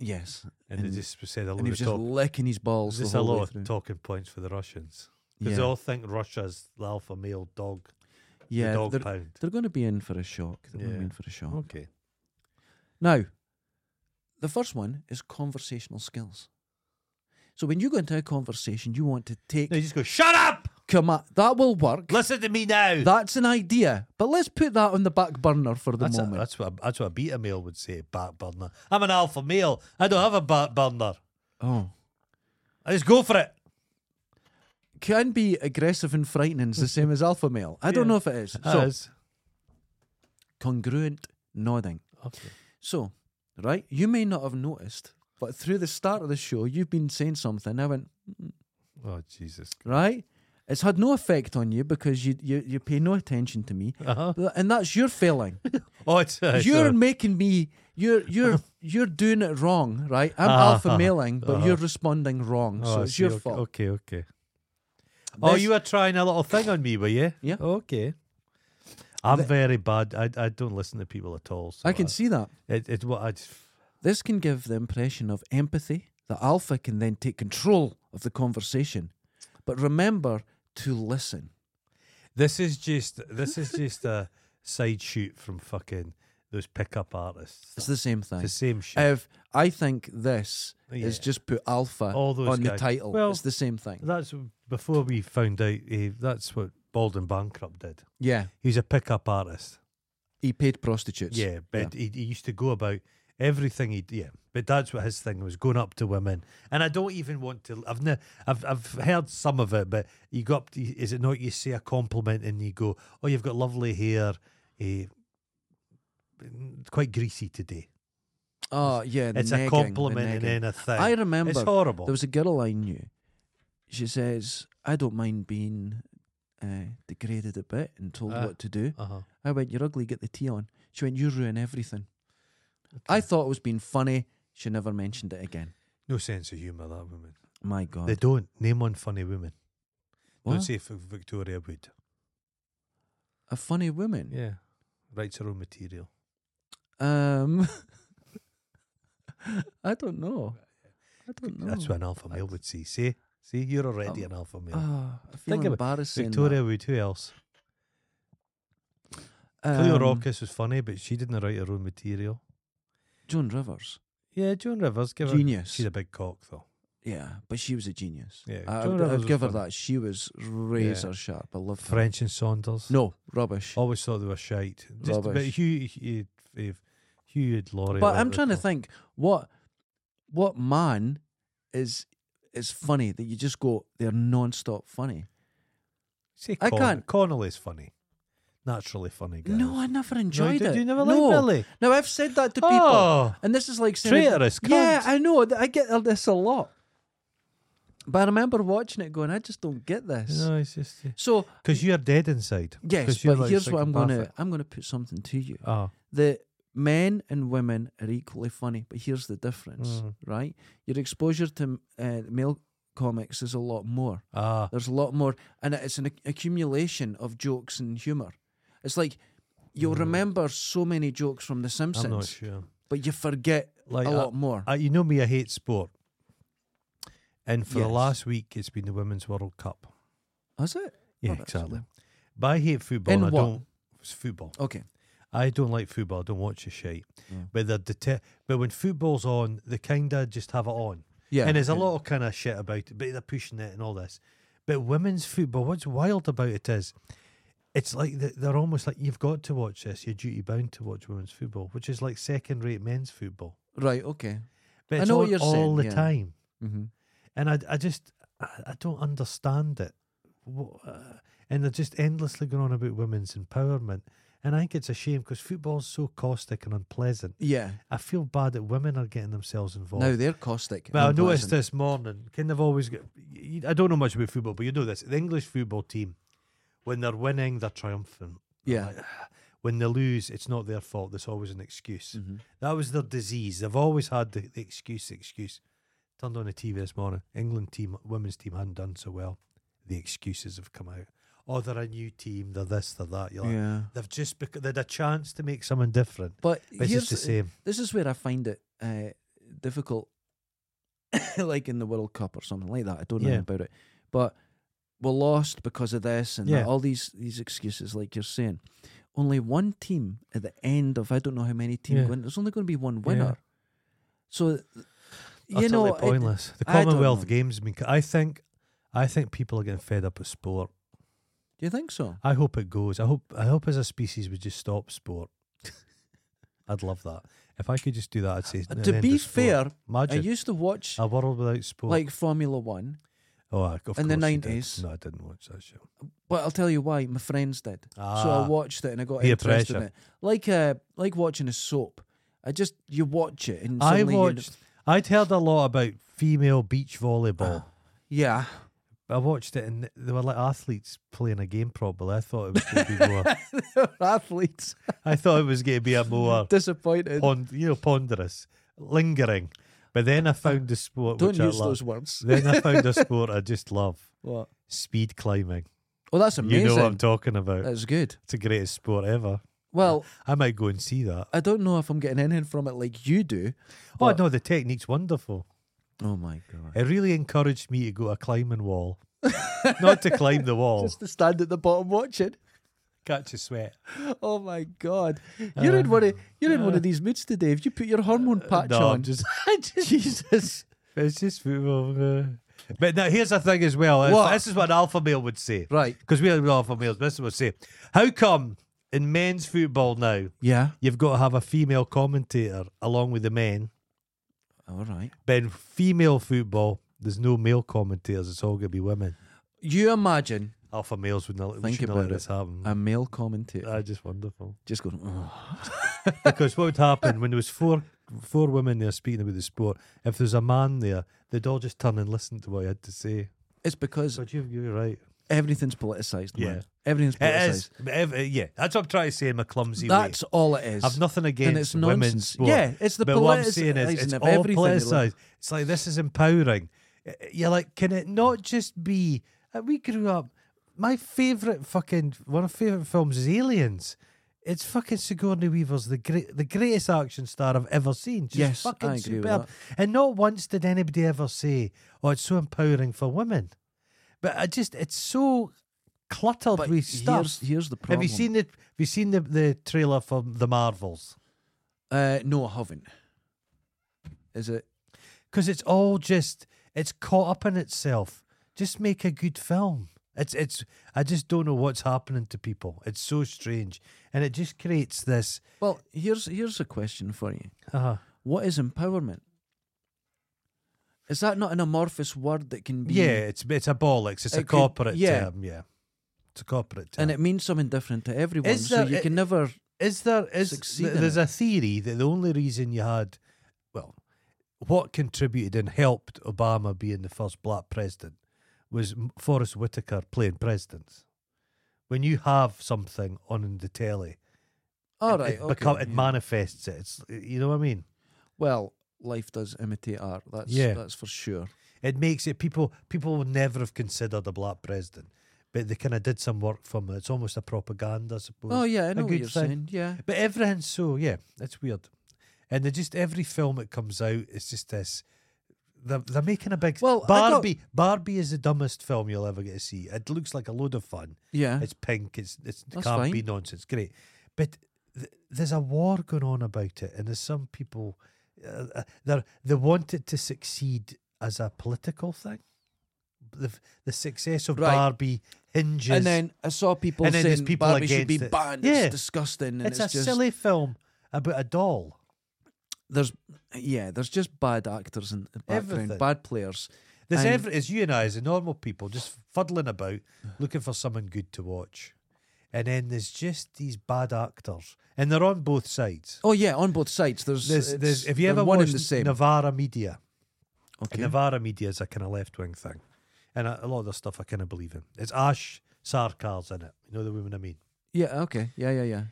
B: Yes,
A: And,
B: And-
A: they just said a
B: and he
A: lot
B: was
A: of
B: just
A: talk.
B: licking his balls.
A: Just
B: the
A: a
B: whole way
A: lot
B: through.
A: of talking points for the Russians. Because they
B: Yeah,
A: all think Russia's the alpha male dog, the
B: yeah.
A: dog
B: They're,
A: pound.
B: they're going to be in for a shock. They're going to
A: Yeah.
B: be in for a shock.
A: Okay.
B: Now, the first one is conversational skills. So when you go into a conversation, you want to take
A: No, you just go, shut up!
B: command. That will work.
A: Listen to me now!
B: That's an idea, but let's put that on the back burner for the
A: that's, a,
B: moment.
A: that's, what a, that's what a beta male would say, back burner. I'm an alpha male. I don't have a back burner.
B: oh,
A: I just go for it.
B: can be aggressive and frightening. It's the same as alpha male. I don't
A: Yeah.
B: know if it is. So
A: As-
B: congruent nodding.
A: okay.
B: So, right, you may not have noticed, but through the start of the show, you've been saying something. I went
A: Oh, Jesus.
B: right. It's had no effect on you because you you, you pay no attention to me,
A: Uh-huh.
B: and that's your failing.
A: Oh, it's, it's
B: you're
A: uh,
B: making me you're you're you're doing it wrong, right? I'm
A: Ah,
B: alpha mailing, but
A: uh-huh.
B: you're responding wrong.
A: oh,
B: so
A: I
B: it's
A: see.
B: your
A: okay,
B: fault.
A: Okay, okay. Oh,
B: This-
A: you were trying a little thing on me, were you?
B: Yeah.
A: Okay. I'm very bad. I, I don't listen to people at all. So
B: I can see that.
A: It, it's what I.
B: This can give the impression of empathy. The alpha can then take control of the conversation. But remember to listen.
A: This is just. This is just a side shoot from fucking those pickup artists.
B: It's the same
A: It's
B: thing.
A: the same shit.
B: If I think this is
A: Yeah.
B: just put alpha
A: All those
B: on the
A: guys.
B: title,
A: Well-
B: it's the same thing.
A: that's before we found out. eh, that's what Baldwin Bankrupt did.
B: Yeah,
A: He's a pickup artist.
B: he paid prostitutes.
A: Yeah, but He, he used to go about everything he yeah. But that's what his thing was going up to women. And I don't even want to. I've ne, I've I've heard some of it, but you go up to is it not you say a compliment and you go, oh, you've got lovely hair, eh, quite greasy today.
B: Oh, yeah. the
A: It's
B: negging,
A: a
B: the
A: compliment
B: negging.
A: and then a thing.
B: I remember
A: It's horrible.
B: There was a girl I knew. She says, I don't mind being uh, degraded a bit and told
A: Ah.
B: what to do.
A: Uh huh.
B: I went, You're ugly, get the tea on. She went, You ruin everything. I thought it was being funny. She never mentioned it again.
A: No sense of humour, that woman.
B: My God.
A: They don't. Name one funny woman.
B: What?
A: Don't say F- Victoria Wood.
B: A funny woman.
A: Yeah. Writes her own material.
B: Um, I don't know. I don't know.
A: That's what an alpha male would see. See? See, you're already
B: Um,
A: an alpha male.
B: Ah, I feel
A: Think about-
B: embarrassed saying
A: Victoria Wood, who else?
B: that.
A: Cleo
B: Um,
A: Rockus was funny, but she didn't write her own material.
B: Joan Rivers.
A: Yeah, Joan Rivers. Give her,
B: Genius.
A: she's a big cock, though.
B: yeah, but she was a genius.
A: Yeah,
B: I,
A: Joan
B: I'd,
A: Rivers
B: I'd
A: was
B: give her
A: funny.
B: that. She was razor sharp. I love her.
A: French and Saunders.
B: No, rubbish.
A: Always thought they were shite. Just, but
B: Rubbish.
A: Hugh, Hugh, Hugh, Hugh and Laurie.
B: but I'm trying to think what what man is is funny that you just go they're non-stop funny.
A: Say
B: I
A: Con-
B: can't-
A: Connolly's funny. Naturally funny guy.
B: No, I never enjoyed
A: did
B: it.
A: you never like
B: no.
A: Billy?
B: No, I've said that to people.
A: Oh,
B: And this is like saying-
A: Traitorous
B: Yeah,
A: cunt.
B: I know. th- I get this a lot. But I remember watching it, going, I just don't get this.
A: no, it's just
B: So
A: because you're dead inside. 'Cause
B: yes,
A: you're
B: but
A: like
B: here's what I'm gonna
A: psychopathic.
B: I'm gonna put something to you.
A: Oh,
B: That men and women are equally funny, but here's the difference,
A: Mm.
B: right? Your exposure to uh, male comics is a lot more.
A: ah,
B: There's a lot more, and it's an ac- accumulation of jokes and humor. It's like you'll remember so many jokes from The Simpsons,
A: Mm. I'm not sure.
B: but you forget
A: Like,
B: a
A: I-
B: lot more.
A: Uh, you know me, I hate sport. And for the
B: Yes.
A: last week, it's been the Women's World Cup.
B: Is it?
A: Yeah,
B: Oh, that's
A: exactly.
B: good.
A: But I hate football.
B: In
A: and I
B: what?
A: don't. It's football.
B: Okay.
A: I don't like football. I don't watch the shit.
B: Yeah.
A: But they're dete- But when football's on, they kinda just have it on.
B: Yeah.
A: and there's a lot of kind of shit about it, but they're pushing it and all this. But women's football, what's wild about it is, it's like th- they're almost like you've got to watch this. You're duty bound to watch women's football, which is like second rate men's football.
B: Right. Okay.
A: But
B: I
A: it's
B: know
A: all,
B: what you're
A: all
B: saying,
A: the
B: yeah.
A: time,
B: Mm-hmm.
A: and I, I just I, I don't understand it. Wha- uh, And they're just endlessly going on about women's empowerment, and I think it's a shame because football's so caustic and unpleasant.
B: Yeah.
A: I feel bad that women are getting themselves involved.
B: Now they're caustic.
A: But I
B: and
A: noticed
B: pleasant.
A: this morning, kind of always get. y- y- I don't know much about football, but you know this. The English football team, when they're winning, they're triumphant.
B: Yeah.
A: Like, when they lose, it's not their fault. There's always an excuse.
B: Mm-hmm.
A: That was their disease. They've always had the, the excuse, the excuse. Turned on the TV this morning. England team, women's team hadn't done so well. The excuses have come out. Oh, they're a new team. They're this, they're that. You're like,
B: Yeah.
A: They've just bec- they had a chance to make someone different.
B: But,
A: But it's just
B: here's
A: the same.
B: This is where I find it uh, difficult, like in the World Cup or something like that. I don't know
A: Yeah.
B: about it, but we're lost because of this and that,
A: Yeah.
B: all these these excuses, like you're saying. Only one team at the end of I don't know how many teams
A: Yeah.
B: win. There's only going to be one winner. So, th- you
A: utterly
B: know, it-
A: pointless. the
B: I don't
A: Commonwealth
B: know.
A: Games. I, mean, I think, I think people are getting fed up with sport.
B: do you think so?
A: I hope it goes. I hope. I hope as a species we just stop sport. I'd love that. If I could just do that, I'd say. an
B: Uh, to
A: end
B: be
A: to sport.
B: fair, I
A: imagine
B: used to watch
A: a world without sport.
B: like Formula One.
A: oh, I- of
B: in the
A: course you did.
B: 90s.
A: No, I didn't watch that show.
B: But I'll tell you why. My friends did, so
A: Ah,
B: I watched it and I got
A: peer
B: interested in
A: pressure.
B: it. Like uh, like watching a soap. I just you watch it and
A: I
B: suddenly you-
A: watched. I'd heard a lot about female beach volleyball.
B: Ah. yeah,
A: I watched it, and they were like athletes playing a game. Probably, I thought it was going to be more.
B: athletes
A: I thought it was going to be a more
B: disappointed.
A: pond, you know, ponderous, lingering. But then I found the sport
B: Don't
A: which
B: use
A: I love.
B: those words.
A: Then I found a sport I just love:
B: What?
A: speed climbing.
B: Oh, that's amazing. Uh,
A: You know what I'm talking about.
B: that's good.
A: it's the greatest sport ever.
B: Well,
A: I might go and see that.
B: I don't know if I'm getting anything from it like you do.
A: Oh
B: But-
A: no, the technique's wonderful.
B: Oh my god!
A: It really encouraged me to go to a climbing wall, not to climb the wall,
B: Just to stand at the bottom watching.
A: catch a sweat.
B: Oh my god! You're in one of you're in one of these moods today. Have you put your hormone patch
A: Uh, no, I'm
B: on?
A: just, I just Jesus. It's just football. But now here's the thing as well. It's-
B: What?
A: This is what an alpha male would say.
B: Right.
A: Because we are alpha males. but This is what I say. How come in men's football now
B: Yeah.
A: you've got to have a female commentator along with the men,
B: All right.
A: but in female football there's no male commentators. It's all going to be women.
B: You imagine
A: Alpha males would not
B: Think
A: think about
B: about
A: let this happen. Uh,
B: a male commentator
A: That's just wonderful.
B: just going, oh,
A: because what would happen when there was four four women there speaking about the sport? If there's a man there, they'd all just turn and listen to what he had to say.
B: it's because
A: But you, you're right.
B: everything's politicised,
A: Yeah.
B: man. Everything's
A: It
B: politicised.
A: is. But ev- uh, Yeah, that's what I'm trying to say in my clumsy
B: That's all it is.
A: way. I've nothing against
B: and it's
A: women's
B: nonsense.
A: sport.
B: Yeah, it's the
A: but what I'm saying
B: politicising
A: is, it's
B: of
A: all
B: everything. like-
A: politicised. It's like this is empowering. Uh, You're like, can it not just be? uh, We grew up. My favorite fucking one of favorite films is Aliens. It's fucking Sigourney Weaver's the great, the greatest action star I've ever seen. She's
B: Yes, I
A: fucking
B: agree with
A: superb. And not once did anybody ever say, "Oh, it's so empowering for women." But I just, it's so cluttered
B: But
A: with stuff.
B: here's, here's the problem.
A: Have you seen the Have you seen the, the trailer for the Marvels?
B: Uh, no, I haven't. Is it?
A: because it's all just it's caught up in itself. Just make a good film. It's it's I just don't know what's happening to people. It's so strange, and it just creates this.
B: Well, here's here's a question for you.
A: Uh,
B: What is empowerment? Is that not an amorphous word that can be?
A: yeah, it's it's a bollocks. It's
B: It
A: a
B: could-
A: corporate
B: yeah.
A: term. Yeah, it's a corporate term.
B: And it means something different to everyone,
A: Is
B: so
A: there-
B: you
A: it-
B: can never.
A: Is there is
B: succeed
A: th-
B: in
A: there's
B: it.
A: a theory that the only reason you had well what contributed and helped Obama being the first black president was M- Forrest Whitaker playing presidents. When you have something on the telly,
B: All
A: it,
B: right,
A: it,
B: okay,
A: become- it
B: yeah.
A: manifests it. It's, you know what I mean?
B: Well, life does imitate art. That's
A: Yeah.
B: that's for sure.
A: It makes it people people would never have considered a black president, but they kind of did some work from it. It's almost a propaganda, I suppose.
B: Oh yeah, I
A: a
B: know what
A: good
B: you're
A: thing.
B: saying. Yeah,
A: But everything's so yeah, it's weird, and they just every film that comes out, it's just this. They're, they're making a big
B: Well, I got-
A: Barbie. Barbie is the dumbest film you'll ever get to see. It looks like a load of fun.
B: yeah.
A: It's pink. It's it's it
B: That's
A: can't be nonsense. Great, but th- there's a war going on about it, and there's some people uh, uh, they they want it to succeed as a political thing. The the success of
B: Right.
A: Barbie hinges.
B: and then I saw people
A: and then there's
B: saying
A: people
B: Barbie should be
A: against it.
B: banned.
A: Yeah.
B: It's disgusting. And
A: it's,
B: it's,
A: a
B: just,
A: silly film about a doll.
B: There's yeah, there's just bad actors and
A: Everything.
B: background, bad players.
A: There's
B: And-
A: every it's you and I as the normal people just fuddling about looking for something good to watch. And then there's just these bad actors. And they're on both sides.
B: Oh yeah, on both sides. There's,
A: There's,
B: it's-
A: there's, have you
B: they're
A: ever
B: one
A: watched
B: and the same?
A: Navara Media?
B: okay.
A: Navara Media is a kind of left wing thing. And a, a lot of the stuff I kind of believe in. It's Ash Sarkar's in it. You know the woman I mean?
B: yeah. Okay. Yeah. Yeah. Yeah.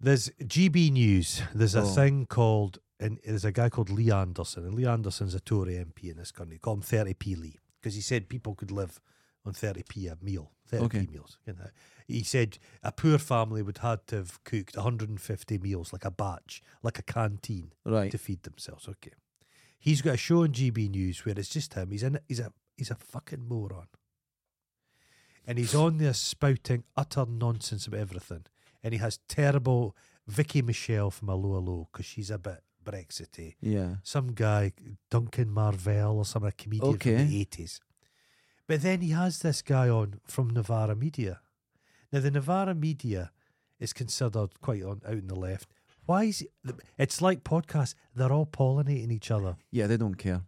A: There's GB News. There's a
B: Oh.
A: thing called, and there's a guy called Lee Anderson, and Lee Anderson's a Tory MP in this country. Call him 30p Lee because he said people could live on 30p a meal, 30p
B: Okay.
A: meals. You know, he said a poor family would had to have cooked 150 meals, like a batch, like a canteen
B: Right.
A: to feed themselves. Okay, he's got a show on GB News where it's just him. He's in. He's a he's a fucking moron, and he's on there spouting utter nonsense about everything. And he has terrible Vicky Michelle from a low low because she's a bit Brexity.
B: Yeah.
A: Some guy Duncan Marvell or some a comedian
B: Okay.
A: from the eighties. But then he has this guy on from Navarra Media. Now the Navarra Media is considered quite on out in the left. Why is it, it's like podcasts? They're all pollinating each other.
B: Yeah. They don't care.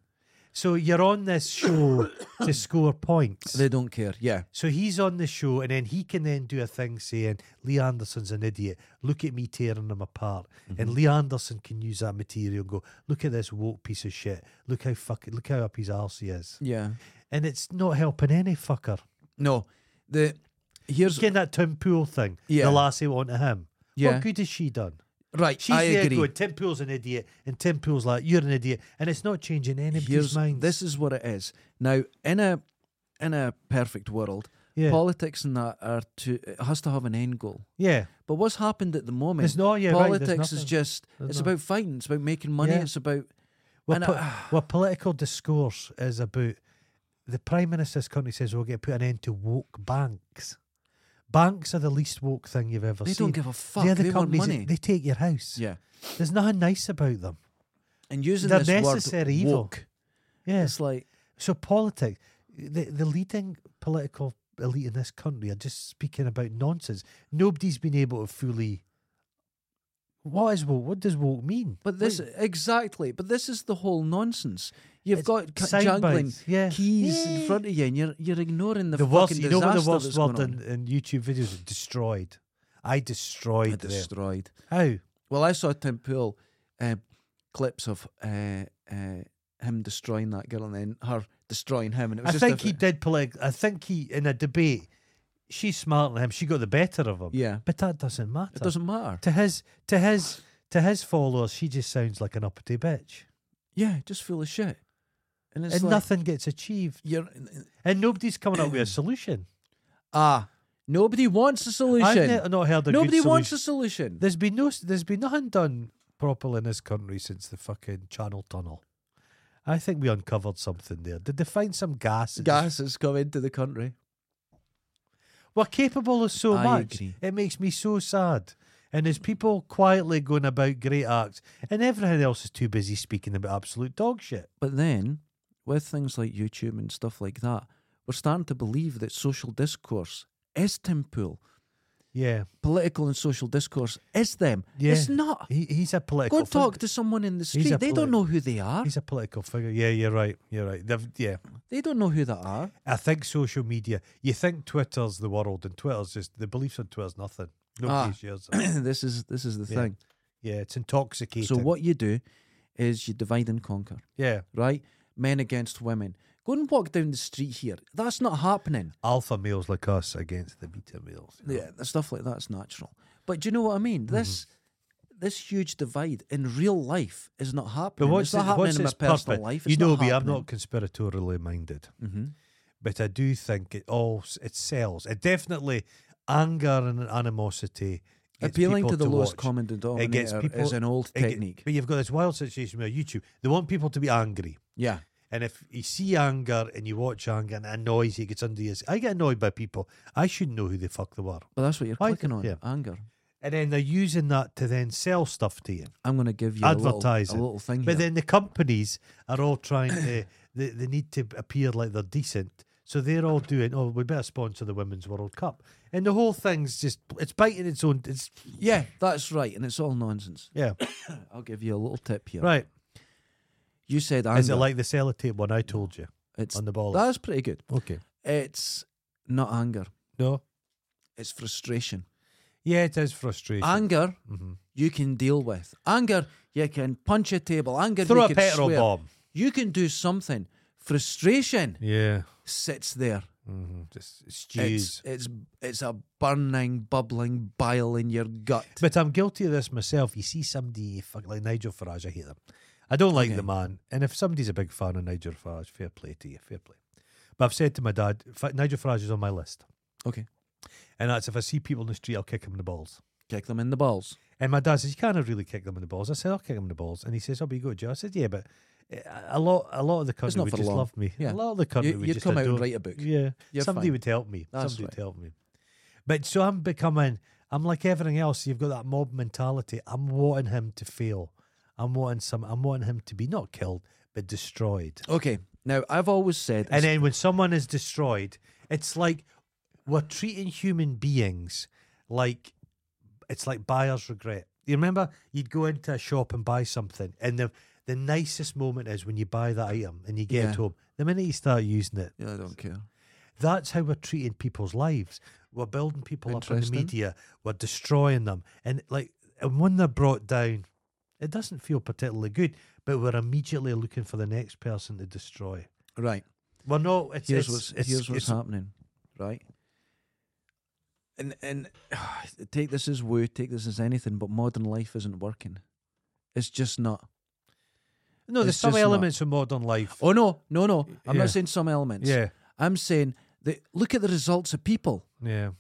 A: So you're on this show to score points.
B: They don't care. Yeah.
A: So he's on the show, and then he can then do a thing saying Lee Anderson's an idiot. Look at me tearing him apart, and
B: Mm-hmm.
A: Lee Anderson can use that material and go, look at this woke piece of shit. Look how fucking look how up his arse he is,
B: Yeah.
A: and it's not helping any fucker.
B: No. The here's
A: Again, that Tim Pool thing.
B: Yeah.
A: The lassie wanted him.
B: Yeah.
A: What good has she done?
B: right.
A: She's
B: I
A: there
B: agree.
A: going, Tim Pool's an idiot, and Tim Pool's like, you're an idiot, and it's not changing anybody's
B: Here's
A: mind.
B: this is what it is. Now in a in a perfect world,
A: yeah,
B: politics and that are to it has to have an end goal.
A: yeah.
B: But what's happened at the moment?
A: There's no yeah. right, there's
B: politics is
A: nothing.
B: just
A: There's
B: it's
A: nothing.
B: about fighting it's about making money
A: Yeah.
B: it's about
A: Well,
B: And
A: po-
B: I- ah.
A: well, political discourse is about the prime minister of this country says we're going to put an end to woke banks. Banks are the least woke thing you've ever
B: they
A: seen.
B: don't give a fuck
A: They're
B: they,
A: the
B: want
A: companies that-
B: money
A: they take your house.
B: yeah
A: There's nothing nice about them.
B: and using
A: They're
B: this
A: necessary
B: word
A: evil.
B: woke
A: Yeah.
B: it's like
A: So politics, the the leading political elite in this country are just speaking about nonsense. Nobody's been able to fully. What is woke? What does woke mean?
B: but this
A: What-
B: exactly but this is the whole nonsense you've
A: It's
B: got ca-
A: sound
B: jangling
A: bites, yeah.
B: keys
A: Yeah.
B: in front of you and you're you're ignoring the,
A: the
B: fucking
A: worst, you know what the
B: disaster
A: worst
B: that's
A: word
B: going
A: in, in YouTube videos is destroyed. I
B: on.
A: destroyed
B: It
A: them.
B: destroyed
A: How?
B: eh, well I saw Tim Pool uh, clips of uh, uh, him destroying that girl and then her destroying him. And it was
A: I
B: just a
A: think he
B: bit-
A: did play. I think he in a debate, she's smarter than him. She got the better of him.
B: Yeah.
A: but that doesn't matter.
B: It doesn't matter.
A: to his to his to his followers. She just sounds like an uppity bitch,
B: Yeah, just full of shit. And it's
A: and
B: like,
A: nothing gets achieved,
B: You're
A: and nobody's coming up with a solution.
B: ah. Nobody wants a
A: I've
B: solution.
A: ne- not heard a
B: Nobody
A: good
B: wants
A: solution.
B: a solution.
A: There's been no. s- There's been nothing done properly in this country since the fucking Channel Tunnel. I think we uncovered something there. Did they find some gas? that just
B: Gas has come into the country.
A: We're capable of so
B: I
A: much.
B: agree.
A: It makes me so sad. And there's people quietly going about great acts, and everything else is too busy speaking about absolute dog shit.
B: But then, with things like YouTube and stuff like that, we're starting to believe that social discourse is Tim Pool.
A: Yeah,
B: Political and social discourse is them.
A: Yeah.
B: It's not.
A: he, he's a political.
B: Go talk
A: fig-
B: to someone in the
A: oh, a
B: street. They
A: polit-
B: don't know who they are.
A: He's a political figure. Yeah, you're right. You're right. They've, yeah,
B: They don't know who they are.
A: I think social media. You think Twitter's the world, and Twitter's just the beliefs on Twitter's nothing. Nobody
B: Ah.
A: shares it.
B: this is this is the
A: Yeah.
B: thing.
A: Yeah, it's intoxicating.
B: So what you do is you divide and conquer,
A: Yeah,
B: right? Men against women. Go and walk down the street here. That's not happening.
A: alpha males like us against the beta males. you know?
B: Yeah, the stuff like that's natural. But do you know what I mean?
A: Mm-hmm.
B: This this huge divide in real life is not happening.
A: But what's,
B: it's not
A: it-
B: happening
A: what's
B: in my
A: its
B: personal
A: purpose?
B: life.
A: you
B: It's
A: know
B: not
A: me, I'm
B: happening.
A: not conspiratorily minded,
B: Mhm.
A: but I do think it all s- it sells. It definitely anger and animosity. gets
B: appealing
A: people
B: to the lowest
A: watch.
B: common
A: It gets
B: denominator
A: people-
B: is an old
A: It get-
B: technique.
A: but you've got this wild situation with YouTube. They want people to be angry,
B: yeah,
A: and if you see anger and you watch anger and it annoys you, it gets under you. I get annoyed by people. I shouldn't know who the fuck they were,
B: but that's what you're
A: Why-
B: clicking on.
A: yeah.
B: Anger.
A: and then they're using that to then sell stuff to you.
B: I'm going to give you a little-
A: Advertise it.
B: a little, thing
A: But
B: here.
A: then the companies are all trying to they, they need to appear like they're decent. So they're all doing, oh, we better sponsor the Women's World Cup. And the whole thing's just it's biting its own it's
B: yeah, that's right, and it's all nonsense.
A: yeah.
B: I'll give you a little tip here.
A: Right.
B: You said anger.
A: Is it like the sellotape one I told you
B: it's
A: on the ball?
B: that's pretty good.
A: okay.
B: It's not anger.
A: No?
B: It's frustration.
A: Yeah, it is frustration.
B: Anger
A: hmm
B: you can deal with. Anger, you can punch a table. Anger,
A: Throw
B: you
A: a
B: can
A: petrol
B: swear.
A: bomb.
B: You can do something. Frustration
A: Yeah.
B: sits there.
A: hmm Just stews.
B: It's, it's it's a burning, bubbling bile in your gut.
A: But I'm guilty of this myself. You see somebody fuck, like Nigel Farage, I hate him. I don't like the
B: Okay.
A: man. And if somebody's a big fan of Nigel Farage, fair play to you, fair play. But I've said to my dad, "Fa- Nigel Farage is on my list.
B: okay,
A: And that's if I see people in the street, I'll kick him in the balls.
B: kick them in the balls.
A: And my dad says, You can't really kick them in the balls. I said, I'll kick them in the balls. And he says, Oh, but you go to jail. I said, Yeah, but eh, a- a lot a lot of the country
B: not
A: would
B: for
A: just
B: long.
A: love me. A
B: Yeah.
A: lot of the country
B: You,
A: would
B: you'd
A: just
B: come out and
A: adore-
B: write a book.
A: yeah,
B: You're
A: somebody
B: fine.
A: would help me.
B: That's
A: somebody would
B: fine.
A: help me. But so I'm becoming. I'm like everything else. You've got that mob mentality. I'm wanting him to fail. I'm wanting some. I'm wanting him to be not killed but destroyed.
B: Okay, now I've always said,
A: And then when someone is destroyed, it's like we're treating human beings like it's like buyer's regret. You remember you'd go into a shop and buy something, and the the nicest moment is when you buy that item and you get
B: Yeah.
A: it home. The minute you start using it,
B: yeah, I don't care.
A: that's how we're treating people's lives. We're building people up in the
B: Interesting.
A: media. We're destroying them, and like, and when they're brought down, it doesn't feel particularly good. But we're immediately looking for the next person to destroy.
B: Right.
A: Well, no, it's
B: here's
A: it's,
B: what's
A: it's,
B: here's what's
A: it's-
B: happening, right? And and ah, take this as woo, take this as anything, but modern life isn't working. It's just not.
A: no. There's
B: it's
A: some
B: just not-
A: elements of modern life.
B: Oh no, no, no! I'm
A: Yeah.
B: not saying some elements.
A: yeah,
B: I'm saying that look at the results of people.
A: yeah.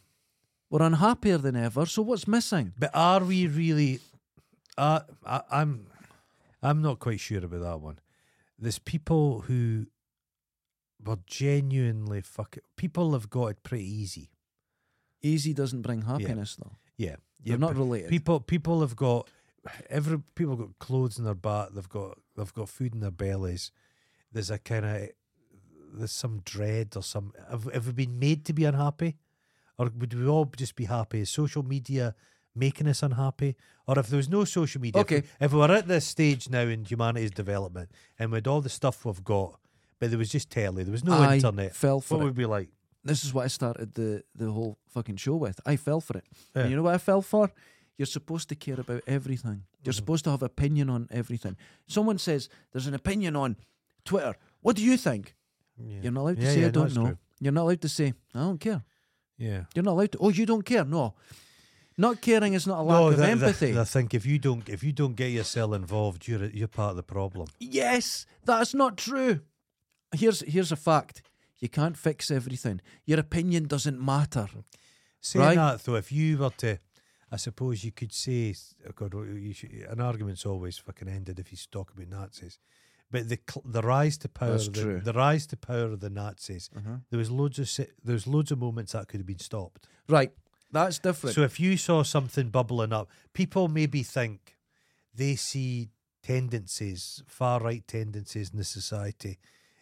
B: We're unhappier than ever. So what's missing?
A: But are we really? Uh, I, I'm, I'm not quite sure about that one. There's people who were genuinely fucking. People have got it pretty easy.
B: Easy doesn't bring happiness though.
A: Yeah,
B: They're
A: yeah.
B: not
A: but
B: related.
A: People, people have got every people got clothes in their back. They've got they've got food in their bellies. There's a kind of there's some dread or some. Have, have we been made to be unhappy, or would we all just be happy? Is social media making us unhappy, or if there was no social media? if we-
B: Okay.
A: If we were at this stage now in humanity's development, and with all the stuff we've got, but there was just telly, there was no
B: I
A: internet.
B: fell for
A: What
B: it.
A: would we like?
B: this is what I started the the whole fucking show with. I fell for it.
A: Yeah.
B: And you know what I fell for? You're supposed to care
A: Mm-hmm.
B: about everything. You're supposed to have opinion on everything. Someone says there's an opinion on Twitter. What do you think?
A: Yeah.
B: You're not allowed to
A: Yeah,
B: say
A: yeah,
B: I don't
A: that's
B: know.
A: true.
B: You're not allowed to say I don't care.
A: Yeah.
B: You're not allowed to. Oh, you don't care? No. Not caring is not a lack of
A: Oh, the- the-
B: empathy.
A: I think if you don't if you don't get yourself involved, you're you're part of the problem.
B: Yes, that's not true. Here's here's a fact. You can't fix everything. Your opinion doesn't matter.
A: Saying
B: Right.
A: that though, if you were to, I suppose you could say, oh God, what you should, an argument's always fucking ended if he's talking about Nazis. But the cl- the rise to power,
B: That's
A: of
B: true.
A: the, the rise to power of the Nazis,
B: Mhm.
A: there was loads of si- there was loads of moments that could have been stopped.
B: Right. That's different.
A: So if you saw something bubbling up, people maybe think they see tendencies, far right tendencies in the society,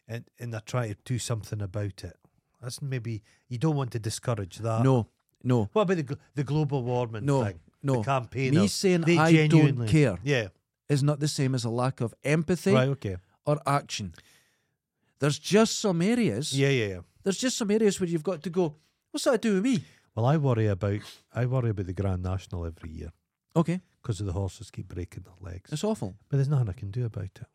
A: and and they're trying to do something about it. That's maybe you don't want to discourage that.
B: no, no,
A: What about the gl- the global warming
B: No,
A: thing?
B: no.
A: The campaigner.
B: Me saying
A: They
B: I don't
A: genuinely-
B: care.
A: Yeah.
B: is not the same as a lack of empathy
A: Right. Okay.
B: or action. There's just some areas.
A: Yeah. Yeah. Yeah.
B: There's just some areas where you've got to go. What's that do with me?
A: Well, I worry about I worry about the Grand National every year
B: Okay,
A: because of the horses keep breaking their legs.
B: it's awful.
A: But there's nothing I can do about it.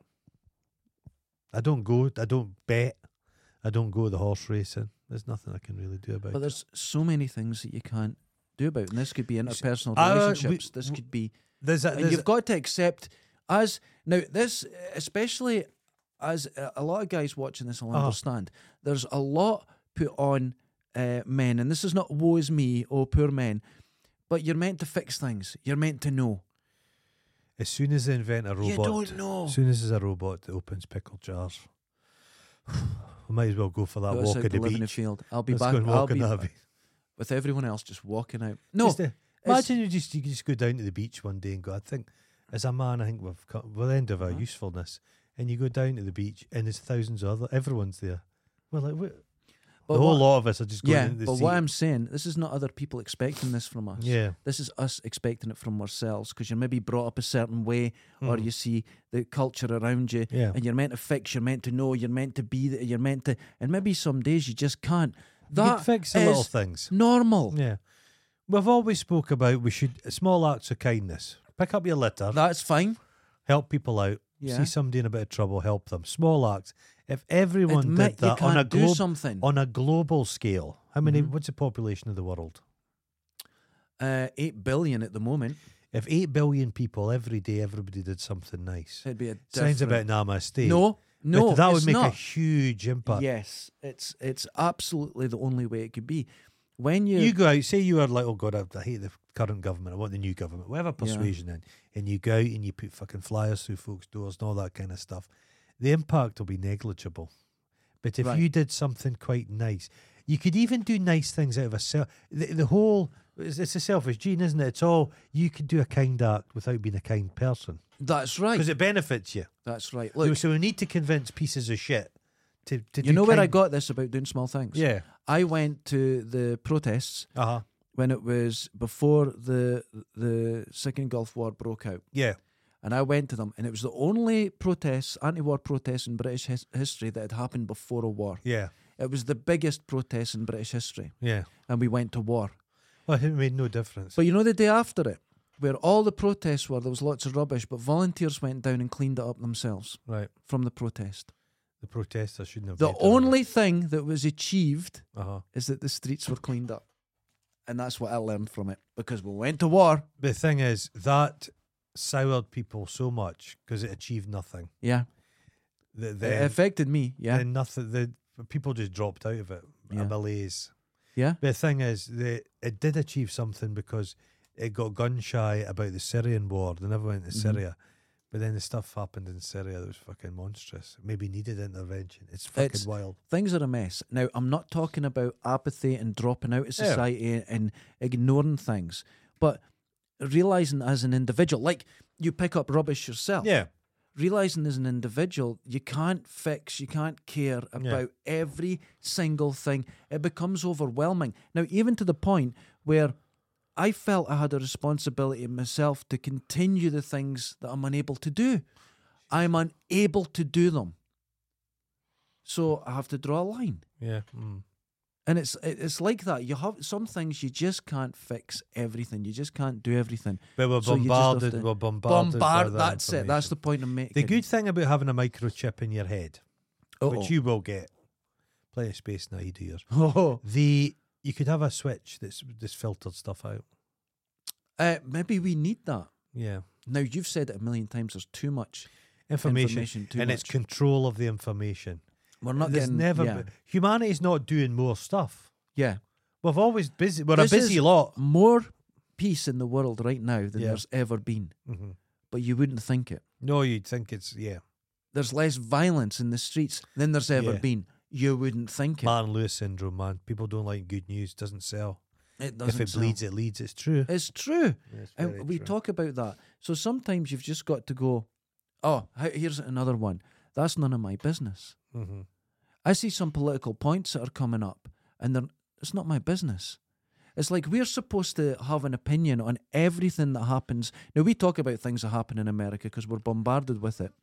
A: I don't go. I don't bet. I don't go to the horse racing. There's nothing I can really do about
B: But
A: it.
B: there's so many things that you can't do about, it. and this could be interpersonal
A: Uh, we-
B: relationships. this
A: w-
B: could be
A: There's a,
B: and
A: there's
B: uh, you've
A: a,
B: got to accept as now this especially as uh, a- a lot of guys watching this will
A: Uh-huh.
B: understand there's a lot put on uh, men and this is not woe is me oh poor men but you're meant to fix things you're meant to know
A: as soon as they invent a robot,
B: you don't know
A: as soon as there's a robot that opens pickle jars, I might as well go for that
B: Go outside
A: walk at the
B: to live in the
A: beach.
B: field i'll be
A: Let's
B: back
A: go and
B: i'll
A: walk in
B: be
A: the beach.
B: with everyone else just walking out no
A: Just, uh,
B: it's-
A: imagine you just you could just go down to the beach one day and go. I think as a man, I think we've come, we're the end of our
B: Huh?
A: usefulness, and you go down to the beach and there's thousands of other everyone's there. Well, like we-
B: but
A: the whole
B: what-
A: lot of us are just going
B: yeah
A: into the
B: but
A: sea.
B: what i'm saying this is not other people expecting this from us
A: yeah.
B: this is us expecting it from ourselves because you're maybe brought up a certain way or
A: Mm.
B: you see the culture around you
A: Yeah.
B: and you're meant to fix you're meant to know you're meant to be there you're meant to and maybe some days you just can't
A: you
B: that
A: could fix the little
B: is
A: things.
B: normal
A: Yeah. We've always spoke about we should small acts of kindness. Pick up your litter,
B: that's fine
A: help people out.
B: Yeah.
A: See somebody in a bit of trouble, help them. Small acts. If everyone
B: admit
A: did
B: you
A: that on a
B: can't do
A: global
B: something
A: on a global scale, how many?
B: Mhm.
A: What's the population of the world?
B: uh, 8 billion at the moment
A: If eight billion people every day, everybody did something nice.
B: it'd be a
A: Sounds a
B: different-
A: bit namaste.
B: no
A: but
B: no
A: that would
B: it's
A: make a
B: not.
A: huge impact.
B: yes it's it's absolutely the only way it could be when you,
A: You go out, say you are like, oh God, I, I hate the current government, I want the new government, whatever persuasion in, and you go out and you put fucking flyers through folks' doors and all that kind of stuff, the impact will be negligible. But if
B: Right.
A: you did something quite nice, you could even do nice things out of a self. The, the whole, it's, it's a selfish gene, isn't it? It's all, you could do a kind act without being a kind person
B: that's right
A: because it benefits you.
B: that's right
A: So-
B: look
A: so we need to convince pieces of shit to, to
B: you
A: do
B: know where I
A: kind-
B: got this about doing small things?
A: Yeah.
B: I went to the protests
A: Uh huh.
B: when it was before the the second Gulf War broke out,
A: Yeah.
B: and I went to them, and it was the only protests, anti-war protests in British his- history that had happened before a war.
A: Yeah.
B: It was the biggest protest in British history,
A: Yeah.
B: and we went to war.
A: Well, it made no difference.
B: But you know, the day after it, where all the protests were, there was lots of rubbish, but volunteers went down and cleaned it up themselves
A: right.
B: from the protest.
A: The protesters shouldn't have.
B: The only Uh-huh. thing that was achieved
A: uh
B: is that the streets were cleaned up. And that's what I learned from it because we went to war.
A: The thing is that soured people so much because it achieved nothing.
B: Yeah.
A: That
B: it
A: then,
B: affected me. Yeah.
A: then nothing. The people just dropped out of it.
B: Yeah.
A: A malaise.
B: yeah.
A: The thing is, the it did achieve something because it got gun shy about the Syrian war. They never went to
B: Mm-hmm.
A: Syria. But then the stuff happened in Syria that was fucking monstrous. Maybe needed intervention. It's fucking
B: It's-
A: wild.
B: Things are a mess. Now, I'm not talking about apathy and dropping out of
A: Yeah.
B: society and ignoring things, but realizing as an individual, like you pick up rubbish yourself,
A: Yeah.
B: realizing as an individual, you can't fix, you can't care about every single thing. It becomes overwhelming. Now, even to the point where I felt I had a responsibility myself to continue the things that I'm unable to do. I'm unable to do them. So I have to draw a line.
A: Yeah. Mm.
B: And it's it- it's like that. You have some things you just can't fix everything. You just can't do everything.
A: But we're
B: So you just have
A: bombarded.
B: to
A: we're bombarded. by
B: Bombard.
A: that
B: That's it.
A: information.
B: That's the point I'm making.
A: The good thing about having a microchip in your head which you will get. Plenty of space now, you do yours.
B: Oh,
A: The you could have a switch that's that's filtered stuff out.
B: uh, maybe we need that.
A: Yeah,
B: Now you've said it a million times. There's too much.
A: information,
B: Information too
A: and it's
B: much.
A: control of the information.
B: We're not
A: There's
B: getting.
A: never
B: yeah,
A: be- humanity's not doing more stuff.
B: yeah.
A: We've always busy. We're
B: This
A: a busy
B: is-
A: lot.
B: More peace in the world right now than
A: Yeah.
B: there's ever been.
A: hmm
B: But you wouldn't think it.
A: No, you'd think it's yeah.
B: There's less violence in the streets than there's ever
A: Yeah.
B: been. You wouldn't think it.
A: Martin Lewis syndrome, man. People don't like good news. Doesn't sell.
B: it doesn't.
A: if it
B: sell.
A: bleeds, it leads. It's true.
B: it's true.
A: It's very
B: And we
A: true.
B: talk about that. So sometimes you've just got to go. Oh, he- here's another one. That's none of my business.
A: Mhm.
B: I see some political points that are coming up, and they're, it's not my business. It's like we're supposed to have an opinion on everything that happens. Now, we talk about things that happen in America because we're bombarded with it.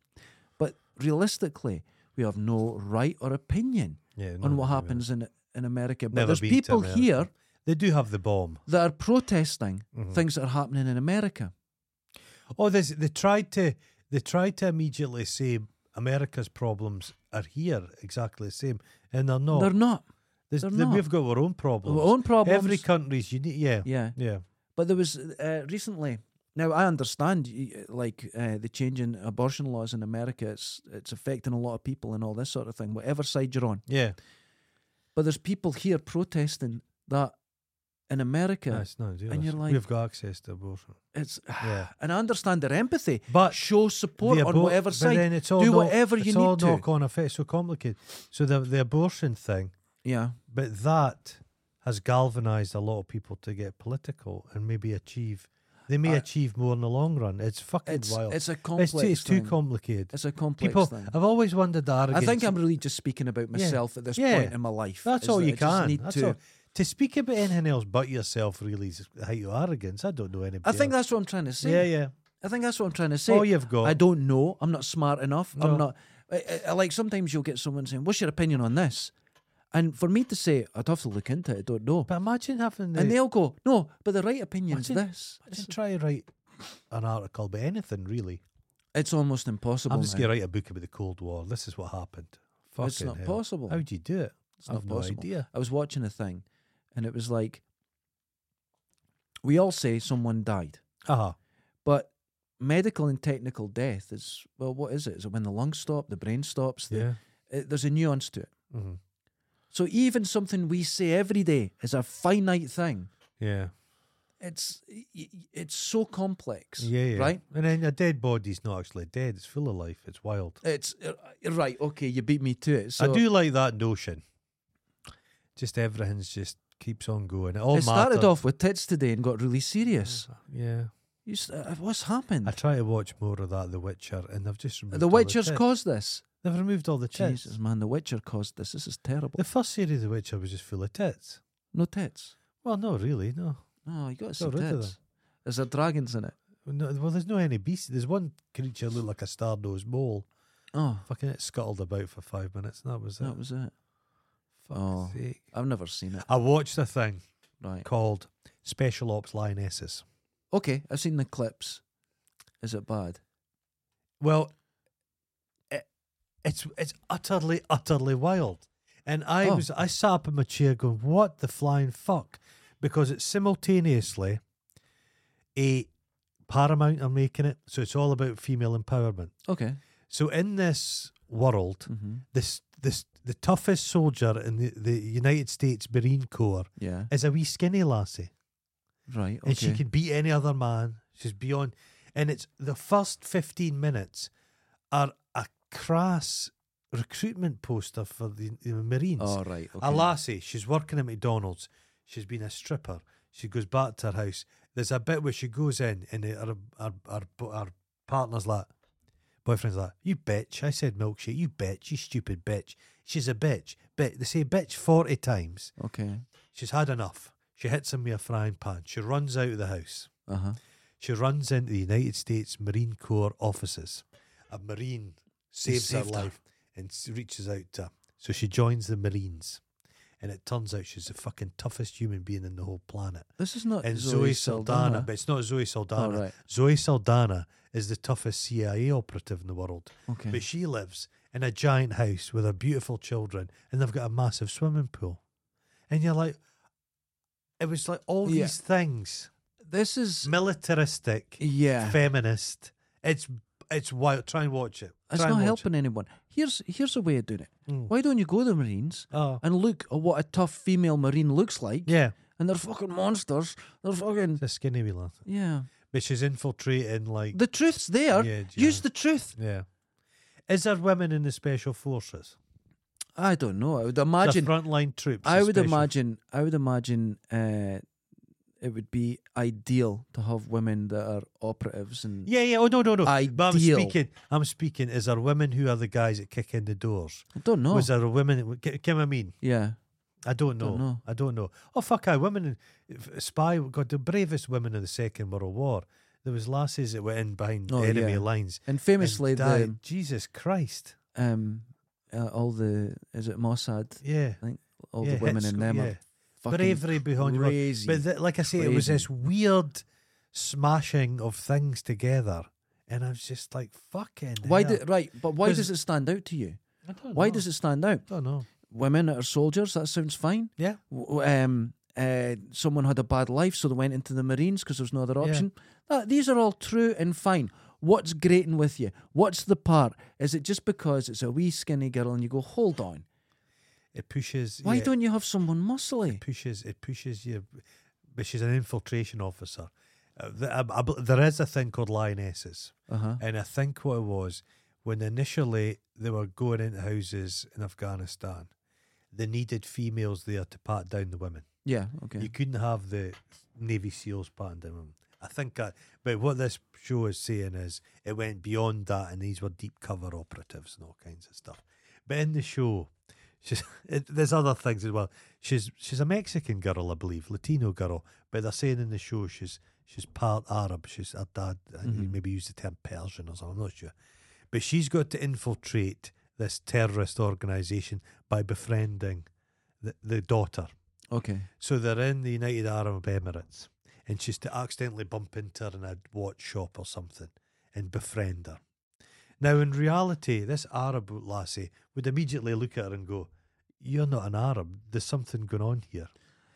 B: But realistically, we have no right or opinion
A: Yeah,
B: on
A: no,
B: what
A: no, no.
B: happens in, in America. But
A: Never
B: there's
A: been to
B: people
A: America.
B: here
A: They do have the bomb.
B: that are protesting
A: Mhm.
B: things that are happening in America.
A: Oh, there's, they tried to they tried to immediately say America's problems are here exactly the same, and they're not.
B: They're not.
A: There's-
B: they're
A: there-
B: not.
A: We've got our own problems.
B: Our own problems.
A: Oh. Every country's unique. Yeah,
B: yeah.
A: yeah.
B: But there was uh, recently. Now I understand, y- like uh, the change in abortion laws in America, it's it's affecting a lot of people and all this sort of thing. Whatever side you're on,
A: Yeah,
B: but there's people here protesting that in America,
A: that's no deal.
B: And you're like-
A: we've got access to abortion,
B: it's
A: Yeah.
B: and I understand their empathy,
A: but
B: show support
A: the
B: on
A: abor-
B: whatever
A: but
B: side,
A: Then it's all
B: do
A: knock-
B: whatever you
A: it's all
B: need to.
A: knock on effect. So complicated. So the the abortion thing,
B: yeah,
A: but that has galvanized a lot of people to get political and maybe achieve. They may
B: I-
A: achieve more in the long run. It's fucking
B: it's
A: wild.
B: it's a
A: It's
B: complex,
A: too, it's too
B: thing.
A: complicated.
B: It's a complex
A: People,
B: thing.
A: I've always wondered the
B: I
A: arrogance.
B: think I'm really just speaking about myself at this
A: Yeah.
B: point in my life.
A: That's
B: is
A: all
B: that
A: you
B: I just
A: can.
B: need
A: that's
B: to.
A: all. To speak about anything else but yourself really is the height of arrogance. I don't know anybody.
B: I think
A: else.
B: that's what I'm trying to say.
A: Yeah, yeah.
B: I think that's what I'm trying to say.
A: All you've got.
B: I don't know. I'm not smart enough.
A: No.
B: I'm not. I, I- I, like sometimes you'll get someone saying, "What's your opinion on this?" And for me to say, "I'd have to look into it. I don't know,"
A: But imagine having the.
B: and they'll go, "No, but the right opinion's
A: Imagine-
B: this."
A: imagine try and write an article about anything really.
B: It's almost impossible.
A: I'm just
B: now.
A: going to write a book about the Cold War. This is what happened. Fucking
B: It's not
A: hell.
B: possible.
A: How'd you do it?
B: It's
A: I've
B: not
A: no
B: possible.
A: idea.
B: I was watching a thing, and it was like, we all say someone died,
A: Uh-huh.
B: but medical and technical death is well, what is it? Is it when the lungs stop, the brain stops? The,
A: Yeah.
B: it, there's a nuance to it.
A: Mhm.
B: So even something we say every day is a finite thing.
A: Yeah.
B: It's y- y- it's so complex.
A: Yeah, yeah.
B: Right.
A: And then a dead body's not actually dead. It's full of life. It's wild.
B: It's uh, right. Okay, you beat me to it. So
A: I do like that notion. Just everything's just keeps on going. It all
B: It started
A: mattered.
B: off with tits today and got really serious.
A: Yeah.
B: You, s- uh, what's happened?
A: I try to watch more of that The Witcher, and they've just removed
B: the
A: all
B: Witcher's
A: tits.
B: caused this.
A: They've removed all the tits.
B: Jesus, man, The Witcher caused this. This is terrible.
A: The first series of The Witcher was just full of tits.
B: No tits.
A: Well, no, really, no.
B: No, you got to see
A: Got rid of
B: tits. Is there dragons in it?
A: no. Well, there's no any beast. There's one creature looked like a star-nosed mole.
B: Oh,
A: Fucking it scuttled about for five minutes, and that was it.
B: that was it.
A: Fuck's
B: oh.
A: sake.
B: I've never seen it.
A: I watched a thing
B: Right.
A: called Special Ops Lionesses.
B: Okay, I've seen the clips. Is it bad?
A: Well, it, it's it's utterly utterly wild, and I
B: Oh.
A: was I sat up in my chair going, "What the flying fuck?" Because it's simultaneously a Paramount are making it, so it's all about female empowerment.
B: Okay.
A: So in this world,
B: hmm
A: this this the toughest soldier in the, the United States Marine Corps
B: Yeah.
A: is a wee skinny lassie
B: Right. Okay.
A: and she can beat any other man. She's beyond, and it's the first fifteen minutes are a crass recruitment poster for the, the Marines.
B: Oh right. Okay.
A: A lassie, she's working at McDonald's. She's been a stripper. She goes back to her house. There's a bit where she goes in, and her her her, her partner's like, boyfriend's like, "You bitch!" I said, "Milkshake, you bitch, you stupid bitch." She's a bitch. Bit they say bitch forty times.
B: Okay.
A: She's had enough. She hits him with a frying pan. She runs out of the house.
B: Uh huh.
A: She runs into the United States Marine Corps offices. A Marine saves her
B: saved her.
A: life and s- reaches out to her. So she joins the Marines. And it turns out she's the fucking toughest human being in the whole planet.
B: This is not
A: And Zoe,
B: Zoe,
A: Saldana, but it's not Zoe Saldana.
B: Oh, right.
A: Zoe Saldana is the toughest CIA operative in the world.
B: Okay.
A: But she lives in a giant house with their beautiful children and they've got a massive swimming pool. And you're like, it was like all
B: Yeah.
A: these things
B: This is
A: militaristic,
B: yeah.
A: feminist. It's it's wild. Try and watch it.
B: It's
A: Try and
B: not
A: watch
B: helping anyone. Here's here's a way of doing it.
A: Mm.
B: Why don't you go to the Marines
A: It. Oh,
B: and look at what a tough female Marine looks like?
A: yeah.
B: And they're fucking monsters. They're fucking
A: It's a skinny wee lad.
B: yeah.
A: But she's infiltrating, like,
B: The truth's there.
A: Yeah, yeah.
B: Use the truth.
A: yeah. Is there women in the special forces?
B: I don't know. I would
A: the
B: imagine.
A: frontline troops.
B: I
A: the
B: would
A: special-
B: imagine. I would imagine. Uh, it would be ideal to have women that are operatives and
A: Yeah, yeah. Oh no, no, no. But I'm
B: Ideal.
A: speaking. I'm speaking. Is there women who are the guys that kick in the doors?
B: I don't know.
A: Was there a women? Kim, I mean,
B: yeah,
A: I don't know.
B: Don't know.
A: I don't know. Oh fuck! I women in- f- spy got the bravest women of the Second World War. There was lassies that went in behind
B: Oh,
A: enemy
B: yeah.
A: lines.
B: and
A: and
B: famously the
A: died. Jesus Christ!
B: um, uh, all the is it Mossad?
A: Yeah,
B: All
A: yeah,
B: the women
A: hit
B: in
A: squ-
B: them
A: yeah.
B: are fucking
A: bravery behind war.
B: crazy.
A: But th- like I say, it was
B: crazy.
A: this weird smashing of things together, and I was just like, "Fucking."
B: Why
A: hell.
B: do, right? But why
A: 'Cause-
B: does it stand out to you?
A: I don't
B: Why
A: know.
B: does it stand out?
A: I don't know?
B: Women that are soldiers. That sounds fine.
A: Yeah,
B: W- Um, uh, someone had a bad life, so they went into the Marines because there was no other
A: Yeah.
B: option. That, these are all true and fine. What's grating with you? What's the part? Is it just because it's a wee skinny girl and you go, hold on,
A: it pushes.
B: why
A: yeah.
B: don't you have someone muscly?
A: pushes it pushes you but she's an infiltration officer uh, th- I- I bel- there is a thing called lionesses
B: Uh huh.
A: and i think what it was when initially they were going into houses in afghanistan they needed females there to pat down the women
B: Yeah. Okay.
A: you couldn't have the navy seals patting down women i think I, but what this show is saying is it went beyond that and these were deep cover operatives and all kinds of stuff but in the show She's it, there's other things as well. She's she's a Mexican girl, I believe, Latino girl, but they're saying in the show she's she's part Arab. She's her dad I think he maybe used the term Persian or something. I'm not sure, but she's got to infiltrate this terrorist organization by befriending the, the daughter.
B: okay.
A: So they're in the United Arab Emirates, and she's to accidentally bump into her in a watch shop or something and befriend her. Now, in reality, this Arab lassie would immediately look at her and go, You're not an Arab. There's something going on here.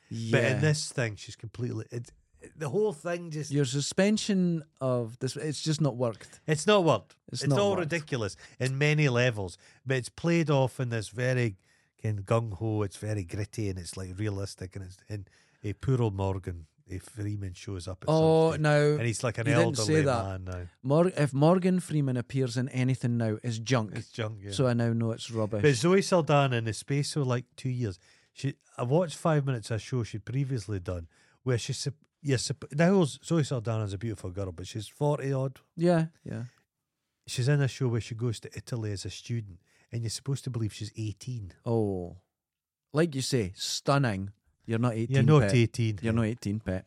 B: Yeah.
A: But in this thing, she's completely. It, it- the whole thing just.
B: your suspension of this, it's just not worked.
A: It's not worked. It's,
B: It's not
A: all
B: worked.
A: ridiculous in many levels, but it's played off in this very kind gung ho. It's very gritty and it's like realistic. And it's and a poor old Morgan, a Freeman shows up. At
B: Oh,
A: something,
B: now
A: and he's like an
B: you didn't
A: elderly
B: say that.
A: man now.
B: Mor- if Morgan Freeman appears in anything now, it's junk.
A: It's junk. Yeah.
B: So I now know it's
A: but
B: rubbish.
A: Zoe Saldana in the space of like two years, she I watched five minutes of a show she'd previously done where she's sup- yeah sup- now Zoe Saldana's a beautiful girl, but she's forty odd.
B: Yeah, yeah.
A: She's in a show where she goes to Italy as a student, and you're supposed to believe she's eighteen.
B: Oh, like you say, stunning. You're not 18.
A: You're not
B: pet.
A: 18.
B: You're not 18, pet.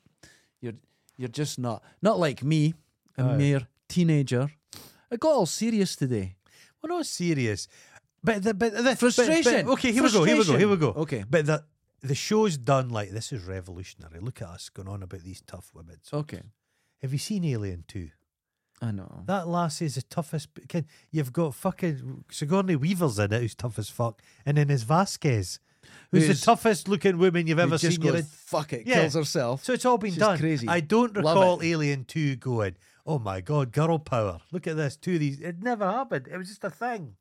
B: You're you're just not. Not like me, a
A: Aye.
B: mere teenager. I got all serious today.
A: We're not serious. But the, but the, but-
B: Frustration.
A: but- okay, here we go. Here we go. Here we go.
B: Okay.
A: But the the show's done like this is revolutionary. Look at us going on about these tough women. So
B: Okay.
A: have you seen Alien Two?
B: I know.
A: That lassie is the toughest. b- Kid. You've got fucking Sigourney Weaver's in it, who's tough as fuck, and then there's Vasquez, who's,
B: Who's-
A: the toughest looking woman you've
B: You
A: ever
B: just
A: seen.
B: goes,
A: You're in-
B: fuck it,
A: Yeah.
B: kills herself.
A: So it's all been
B: She's
A: done.
B: crazy.
A: I don't
B: Love
A: recall
B: it.
A: Alien Two going. Oh my god, girl power! Look at this. Two of these. It never happened. It was just a thing.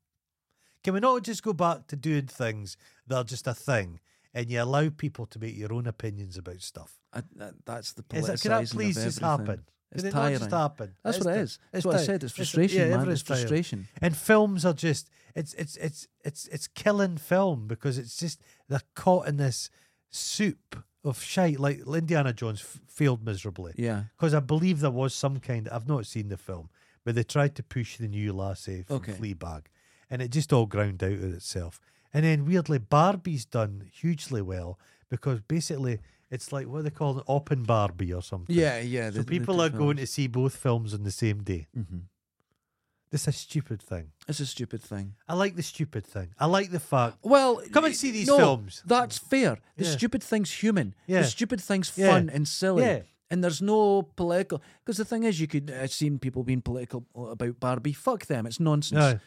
A: Can we not just go back to doing things that are just a thing, and you allow people to make your own opinions about stuff?
B: I, that, that's the
A: Is
B: politicizing
A: that, can that
B: of
A: please just
B: everything.
A: happen?
B: It's
A: can it not just
B: tiring.
A: happen?
B: That's
A: It's
B: what
A: ti-
B: it is. That's what I
A: tiring.
B: said. It's
A: yeah,
B: frustration, man.
A: everything's
B: It's
A: tiring.
B: frustration.
A: And films are just it's it's it's it's it's killing film because it's just they're caught in this soup of shite. Like Indiana Jones f- failed miserably
B: Yeah.
A: because I believe there was some kind. I've not seen the film, but they tried to push the new lassie from
B: Okay.
A: Fleabag, and it just all ground out of itself. And then weirdly, Barbie's done hugely well because basically it's like what do they call it, Open Barbie or something.
B: Yeah, yeah.
A: So people are going to see both films on the same day.
B: Mm-hmm.
A: This is a stupid thing.
B: It's a stupid thing.
A: I like the stupid thing. I like the fact.
B: Well,
A: Come and
B: y-
A: see these
B: no,
A: films.
B: That's fair. The
A: Yeah.
B: stupid thing's human.
A: Yeah.
B: The stupid thing's
A: Yeah.
B: fun and silly.
A: Yeah.
B: And there's no political. Because the thing is, you could. I've seen people being political about Barbie. Fuck them. It's nonsense.
A: No,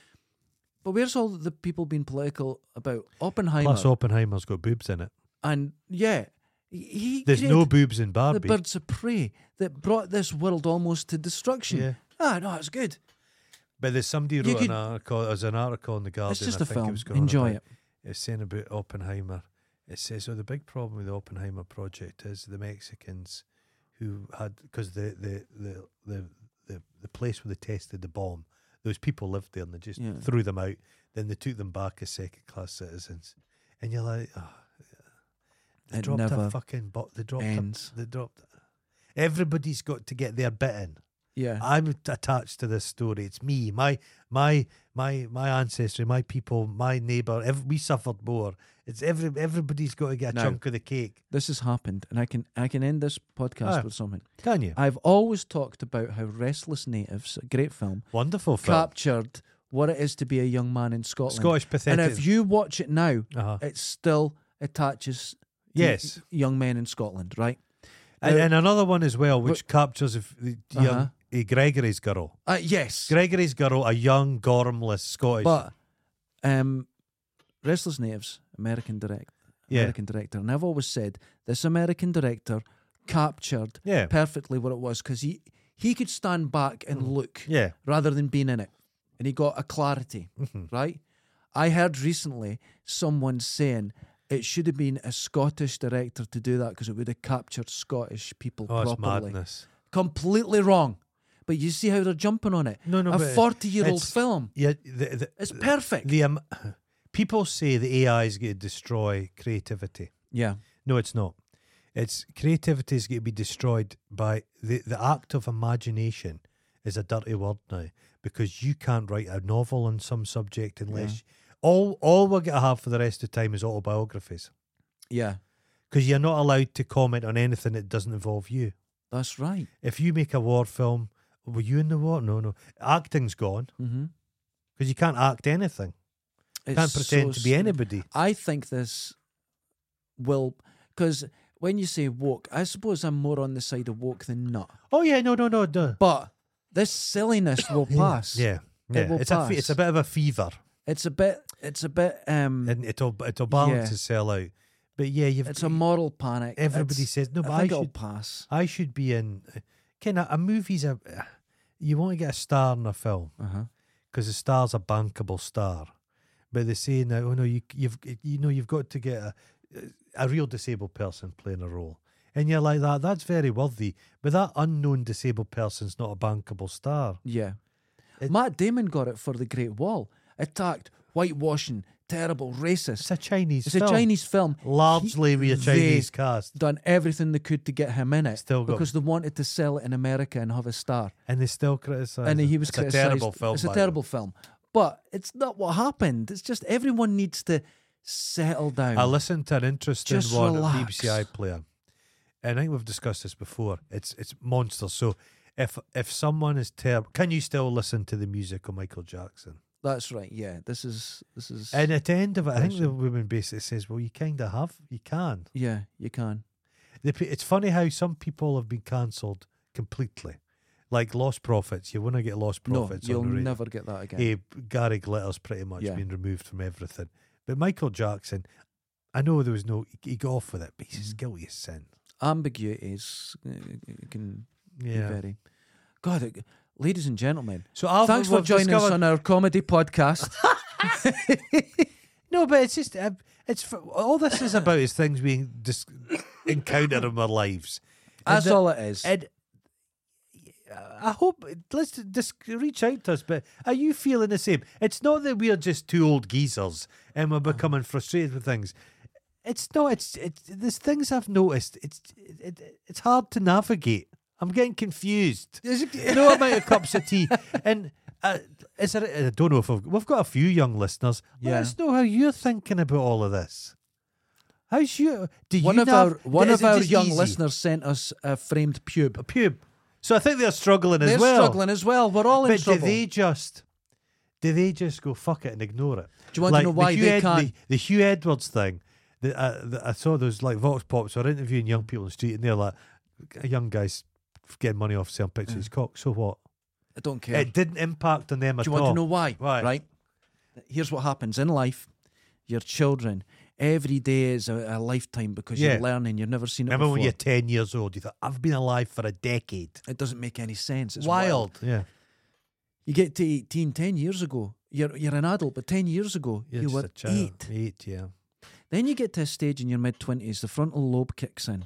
B: But where's all the people being political about Oppenheimer?
A: Plus, Oppenheimer's got boobs in it.
B: and yeah, he- he
A: There's
B: created
A: no boobs in
B: the
A: Barbie.
B: birds of prey that brought this world almost to destruction.
A: Yeah.
B: Ah, no, it's good.
A: But there's somebody
B: You
A: wrote
B: could-
A: an article. There's an article in the Guardian.
B: it's just
A: a
B: a film.
A: was going
B: Enjoy
A: about-
B: it.
A: It's saying about Oppenheimer. It says, "Oh, the big problem with the Oppenheimer project is the Mexicans who had because the the, the the the the place where they tested the bomb. Those people lived there, and they just
B: Yeah.
A: threw them out. Then they took them back as second class citizens. And you're like, oh, they
B: It
A: dropped
B: never
A: a fucking bo- they dropped
B: ends.
A: A, they dropped. Everybody's got to get their bit in.
B: Yeah.
A: I'm t- attached to this story. It's me, my my my my ancestry, my people, my neighbour. Ev- we suffered more. It's every everybody's got to get a
B: No.
A: chunk of the cake.
B: this has happened, and I can I can end this podcast
A: Ah.
B: with something.
A: Can you?
B: I've always talked about how Restless Natives, a great film,
A: Wonderful film.
B: captured what it is to be a young man in Scotland.
A: Scottish
B: and
A: pathetic.
B: if you watch it now,
A: uh-huh.
B: it still attaches to
A: Yes.
B: young men in Scotland, right?
A: and,
B: now-
A: and another one as well, which captures a f- the young
B: Uh-huh.
A: eh, Gregory's girl.
B: Uh, yes.
A: Gregory's girl, a young gormless Scottish.
B: But um, Restless Natives, American direct,
A: Yeah.
B: American director, and I've always said this American director captured
A: yeah,
B: perfectly what it was because he he could stand back and look
A: Mm. yeah,
B: rather than being in it, and he got a clarity,
A: Mm-hmm.
B: right? I heard recently someone saying. It should have been a Scottish director to do that because it would have captured Scottish people
A: oh, it's
B: properly.
A: madness.
B: Completely wrong. But you see how they're jumping on it.
A: No, no,
B: a
A: but
B: forty-year-old
A: it's-
B: film.
A: Yeah, the, the,
B: It's perfect.
A: the um, people say the AI is going to destroy creativity.
B: yeah.
A: No, it's not. It's creativity is going to be destroyed by the, the act of imagination is a dirty word now because you can't write a novel on some subject unless all all we're going to have for the rest of the time is autobiographies
B: Yeah,
A: because you're not allowed to comment on anything that doesn't involve you.
B: that's right.
A: If you make a war film, were you in the war? No, no. Acting's gone
B: Mm-hmm.
A: because you can't act anything. You can't pretend to be anybody.
B: I think this will because when you say woke, I suppose I'm more on the side of woke than not.
A: Oh yeah, no, no, no, no.
B: But this silliness will pass.
A: Yeah,
B: It
A: yeah.
B: will
A: It's a fe-
B: pass.
A: it's a bit of a fever.
B: it's a bit. It's a bit. Um,
A: and it'll it'll balance
B: Yeah.
A: itself out. But yeah, you've
B: it's a moral panic.
A: everybody
B: It's-
A: says no, but
B: I
A: I
B: think it'll
A: should
B: pass.
A: I should be in. Ken, a, a movie's a you want to get a star in a film
B: Uh huh.
A: because the star's a bankable star, but they say now, oh no, you you've you know you've got to get a a real disabled person playing a role. And you're like that. That's very worthy, but that unknown disabled person's not a bankable star.
B: Yeah.
A: It-
B: Matt Damon got it for the Great Wall. Attacked, whitewashing, terrible, racist.
A: It's a Chinese.
B: It's a
A: film,
B: Chinese film.
A: largely with a
B: they-
A: Chinese cast,
B: done everything they could to get him in it
A: Still got-
B: because they wanted to sell it in America and have a star.
A: and they still criticize.
B: and he was
A: it's a
B: criticised.
A: terrible film.
B: It's a
A: by the way.
B: terrible film, but it's not what happened. It's just everyone needs to settle down.
A: I listened to an interesting
B: Just
A: one on
B: relax.
A: BBC iPlayer, and I think we've discussed this before. It's it's monster. So if if someone is terrible, can you still listen to the music of Michael Jackson?
B: That's right. Yeah, this is this is.
A: And at the end of it, I think the
B: Question.
A: woman basically says, "Well, you kind of have, you can."
B: yeah, you can.
A: The pe- It's funny how some people have been cancelled completely, like Lost Profits. You want to get Lost Profits?
B: no, you'll
A: on the radio.
B: never get that again.
A: Eh, Gary Glitter's pretty much
B: Yeah.
A: been removed from everything, but Michael Jackson. I know there was no. He got off with it, but he's
B: Mhm.
A: guilty as sin.
B: Ambiguity is uh, it can
A: Yeah.
B: be very. God, it, ladies and gentlemen,
A: So Alf,
B: thanks for
A: we've
B: joining us
A: discovered-
B: on our comedy podcast.
A: No, but it's just uh, it's f- all this is about is things we dis- encounter in our lives. And
B: That's
A: the-
B: all it is.
A: And uh, I hope let's dis- reach out to us. But are you feeling the same? It's not that we're just two old geezers and we're
B: Uh-huh.
A: becoming frustrated with things. It's not. It's it's there's things I've noticed. It's it, it, it's hard to navigate. I'm getting confused. no amount of cups of tea. And uh, is there, I don't know if we've, we've got a few young listeners. Let
B: Yeah.
A: us know how you're thinking about all of this. How's you? Do
B: one
A: you
B: of
A: nav-
B: our one
A: is
B: of
A: it
B: our
A: just
B: young
A: easy?
B: listeners sent us a framed pube.
A: a pub. So I think they're struggling
B: They're
A: as well.
B: struggling as well. We're all in
A: But do
B: trouble.
A: they just? Do they just go fuck it and ignore it?
B: Do you want to know
A: the
B: why
A: Hugh
B: they
A: Ed-
B: can't?
A: The, the Hugh Edwards thing. The, uh, the, I saw those like vox pops are interviewing young people in the street, and they're like, a young guy's getting money off selling pictures of his cock. So what?
B: I don't care.
A: It didn't impact on them
B: Mm. Do
A: at
B: you
A: all.
B: want to know why?
A: Why?
B: Right. here's what happens in life your children, every day is a, a lifetime because
A: Yeah.
B: you're learning, you've never seen it
A: Remember
B: before.
A: when you're 10 years old, you thought, I've been alive for a decade.
B: It doesn't make any sense. It's
A: wild.
B: wild.
A: Yeah.
B: You get to 18, 10 years ago, you're, you're an adult, but 10 years ago,
A: You're
B: you
A: just
B: were
A: a child.
B: eight.
A: Eight, yeah.
B: Then you get to a stage in your mid 20s, the frontal lobe kicks in.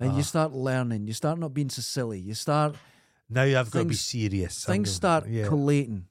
B: And
A: Ah.
B: you start learning. You start not being so silly. You start
A: Now I've got to be
B: Things-
A: serious. I'm
B: things
A: gonna-
B: start
A: yeah.
B: collating.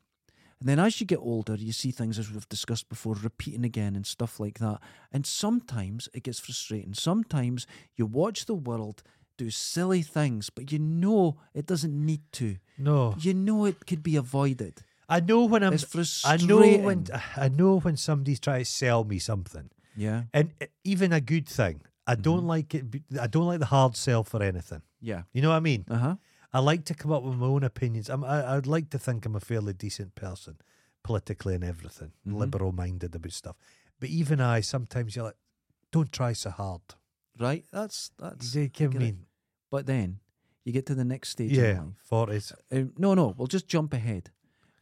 B: And then as you get older, you see things as we've discussed before repeating again and stuff like that. And sometimes it gets frustrating. Sometimes you watch the world do silly things, but you know it doesn't need to.
A: No.
B: You know it could be avoided.
A: I know when I'm.
B: It's
A: Um, I
B: frustrating.
A: know uh, when I know when somebody's trying to sell me something,
B: Yeah,
A: and e- even a good thing. I don't
B: Mm-hmm.
A: like it. be- I don't like the hard sell for anything.
B: yeah.
A: You know what I mean?
B: Uh huh.
A: I like to come up with my own opinions. I'm, I, I'd like to think I'm a fairly decent person, politically and everything,
B: Mm-hmm.
A: liberal minded about stuff. But even I, sometimes you're like, don't try so hard.
B: Right. That's
A: You
B: that's.
A: see what I
B: get it.
A: mean?
B: But then you get to the next stage
A: Yeah,
B: in life.
A: forties.
B: Um, no, no. We'll just jump ahead.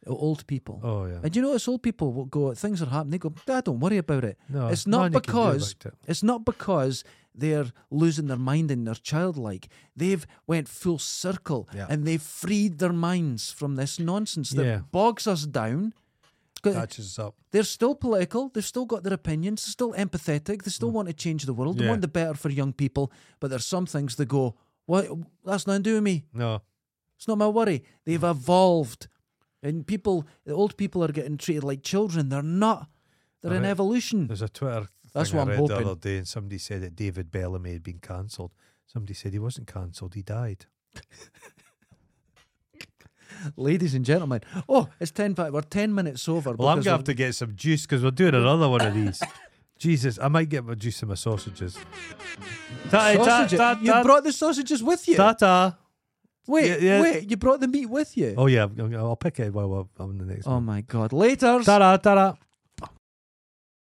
B: O- Old people.
A: Oh yeah.
B: And you notice old people will go, things are happening. They go, I don't worry about it.
A: No,
B: it's not
A: nothing you can do
B: because
A: about it.
B: it's not because they're losing their mind and they're childlike. They've went full circle
A: Yeah.
B: and they've freed their minds from this nonsense that
A: Yeah.
B: bogs us down. 'Cause
A: Catches us up.
B: They're still political. They've still got their opinions. They're still empathetic. They still want to change the world. They
A: Mm. Yeah.
B: want the better for young people. But there's some things they go, "What? That's nothing to do with me.
A: No.
B: It's not my worry.
A: Mm.
B: They've evolved. And people, the old people are getting treated like children. They're not. They're an
A: Right.
B: evolution.
A: There's a Twitter
B: That's
A: thing
B: what
A: I
B: I'm
A: read the
B: hoping.
A: other day, and somebody said that David Bellamy had been cancelled. Somebody said he wasn't cancelled; he died.
B: Ladies and gentlemen. Oh, it's 10 pa- We're 10 minutes over.
A: Well, I'm
B: because
A: gonna
B: we're-
A: have to get some juice because we're doing another one of these. Jesus, I might get my juice and my sausages. Ta- ta-
B: Sausage-
A: ta-
B: you
A: ta-
B: brought the sausages with you.
A: ta-ta.
B: wait,
A: Yeah, yeah.
B: wait. You brought the meat with you.
A: Oh yeah, I'm gonna- I'll pick it while I'm on the next.
B: Oh,
A: one.
B: my God. Later.
A: Ta-ra, ta-ra.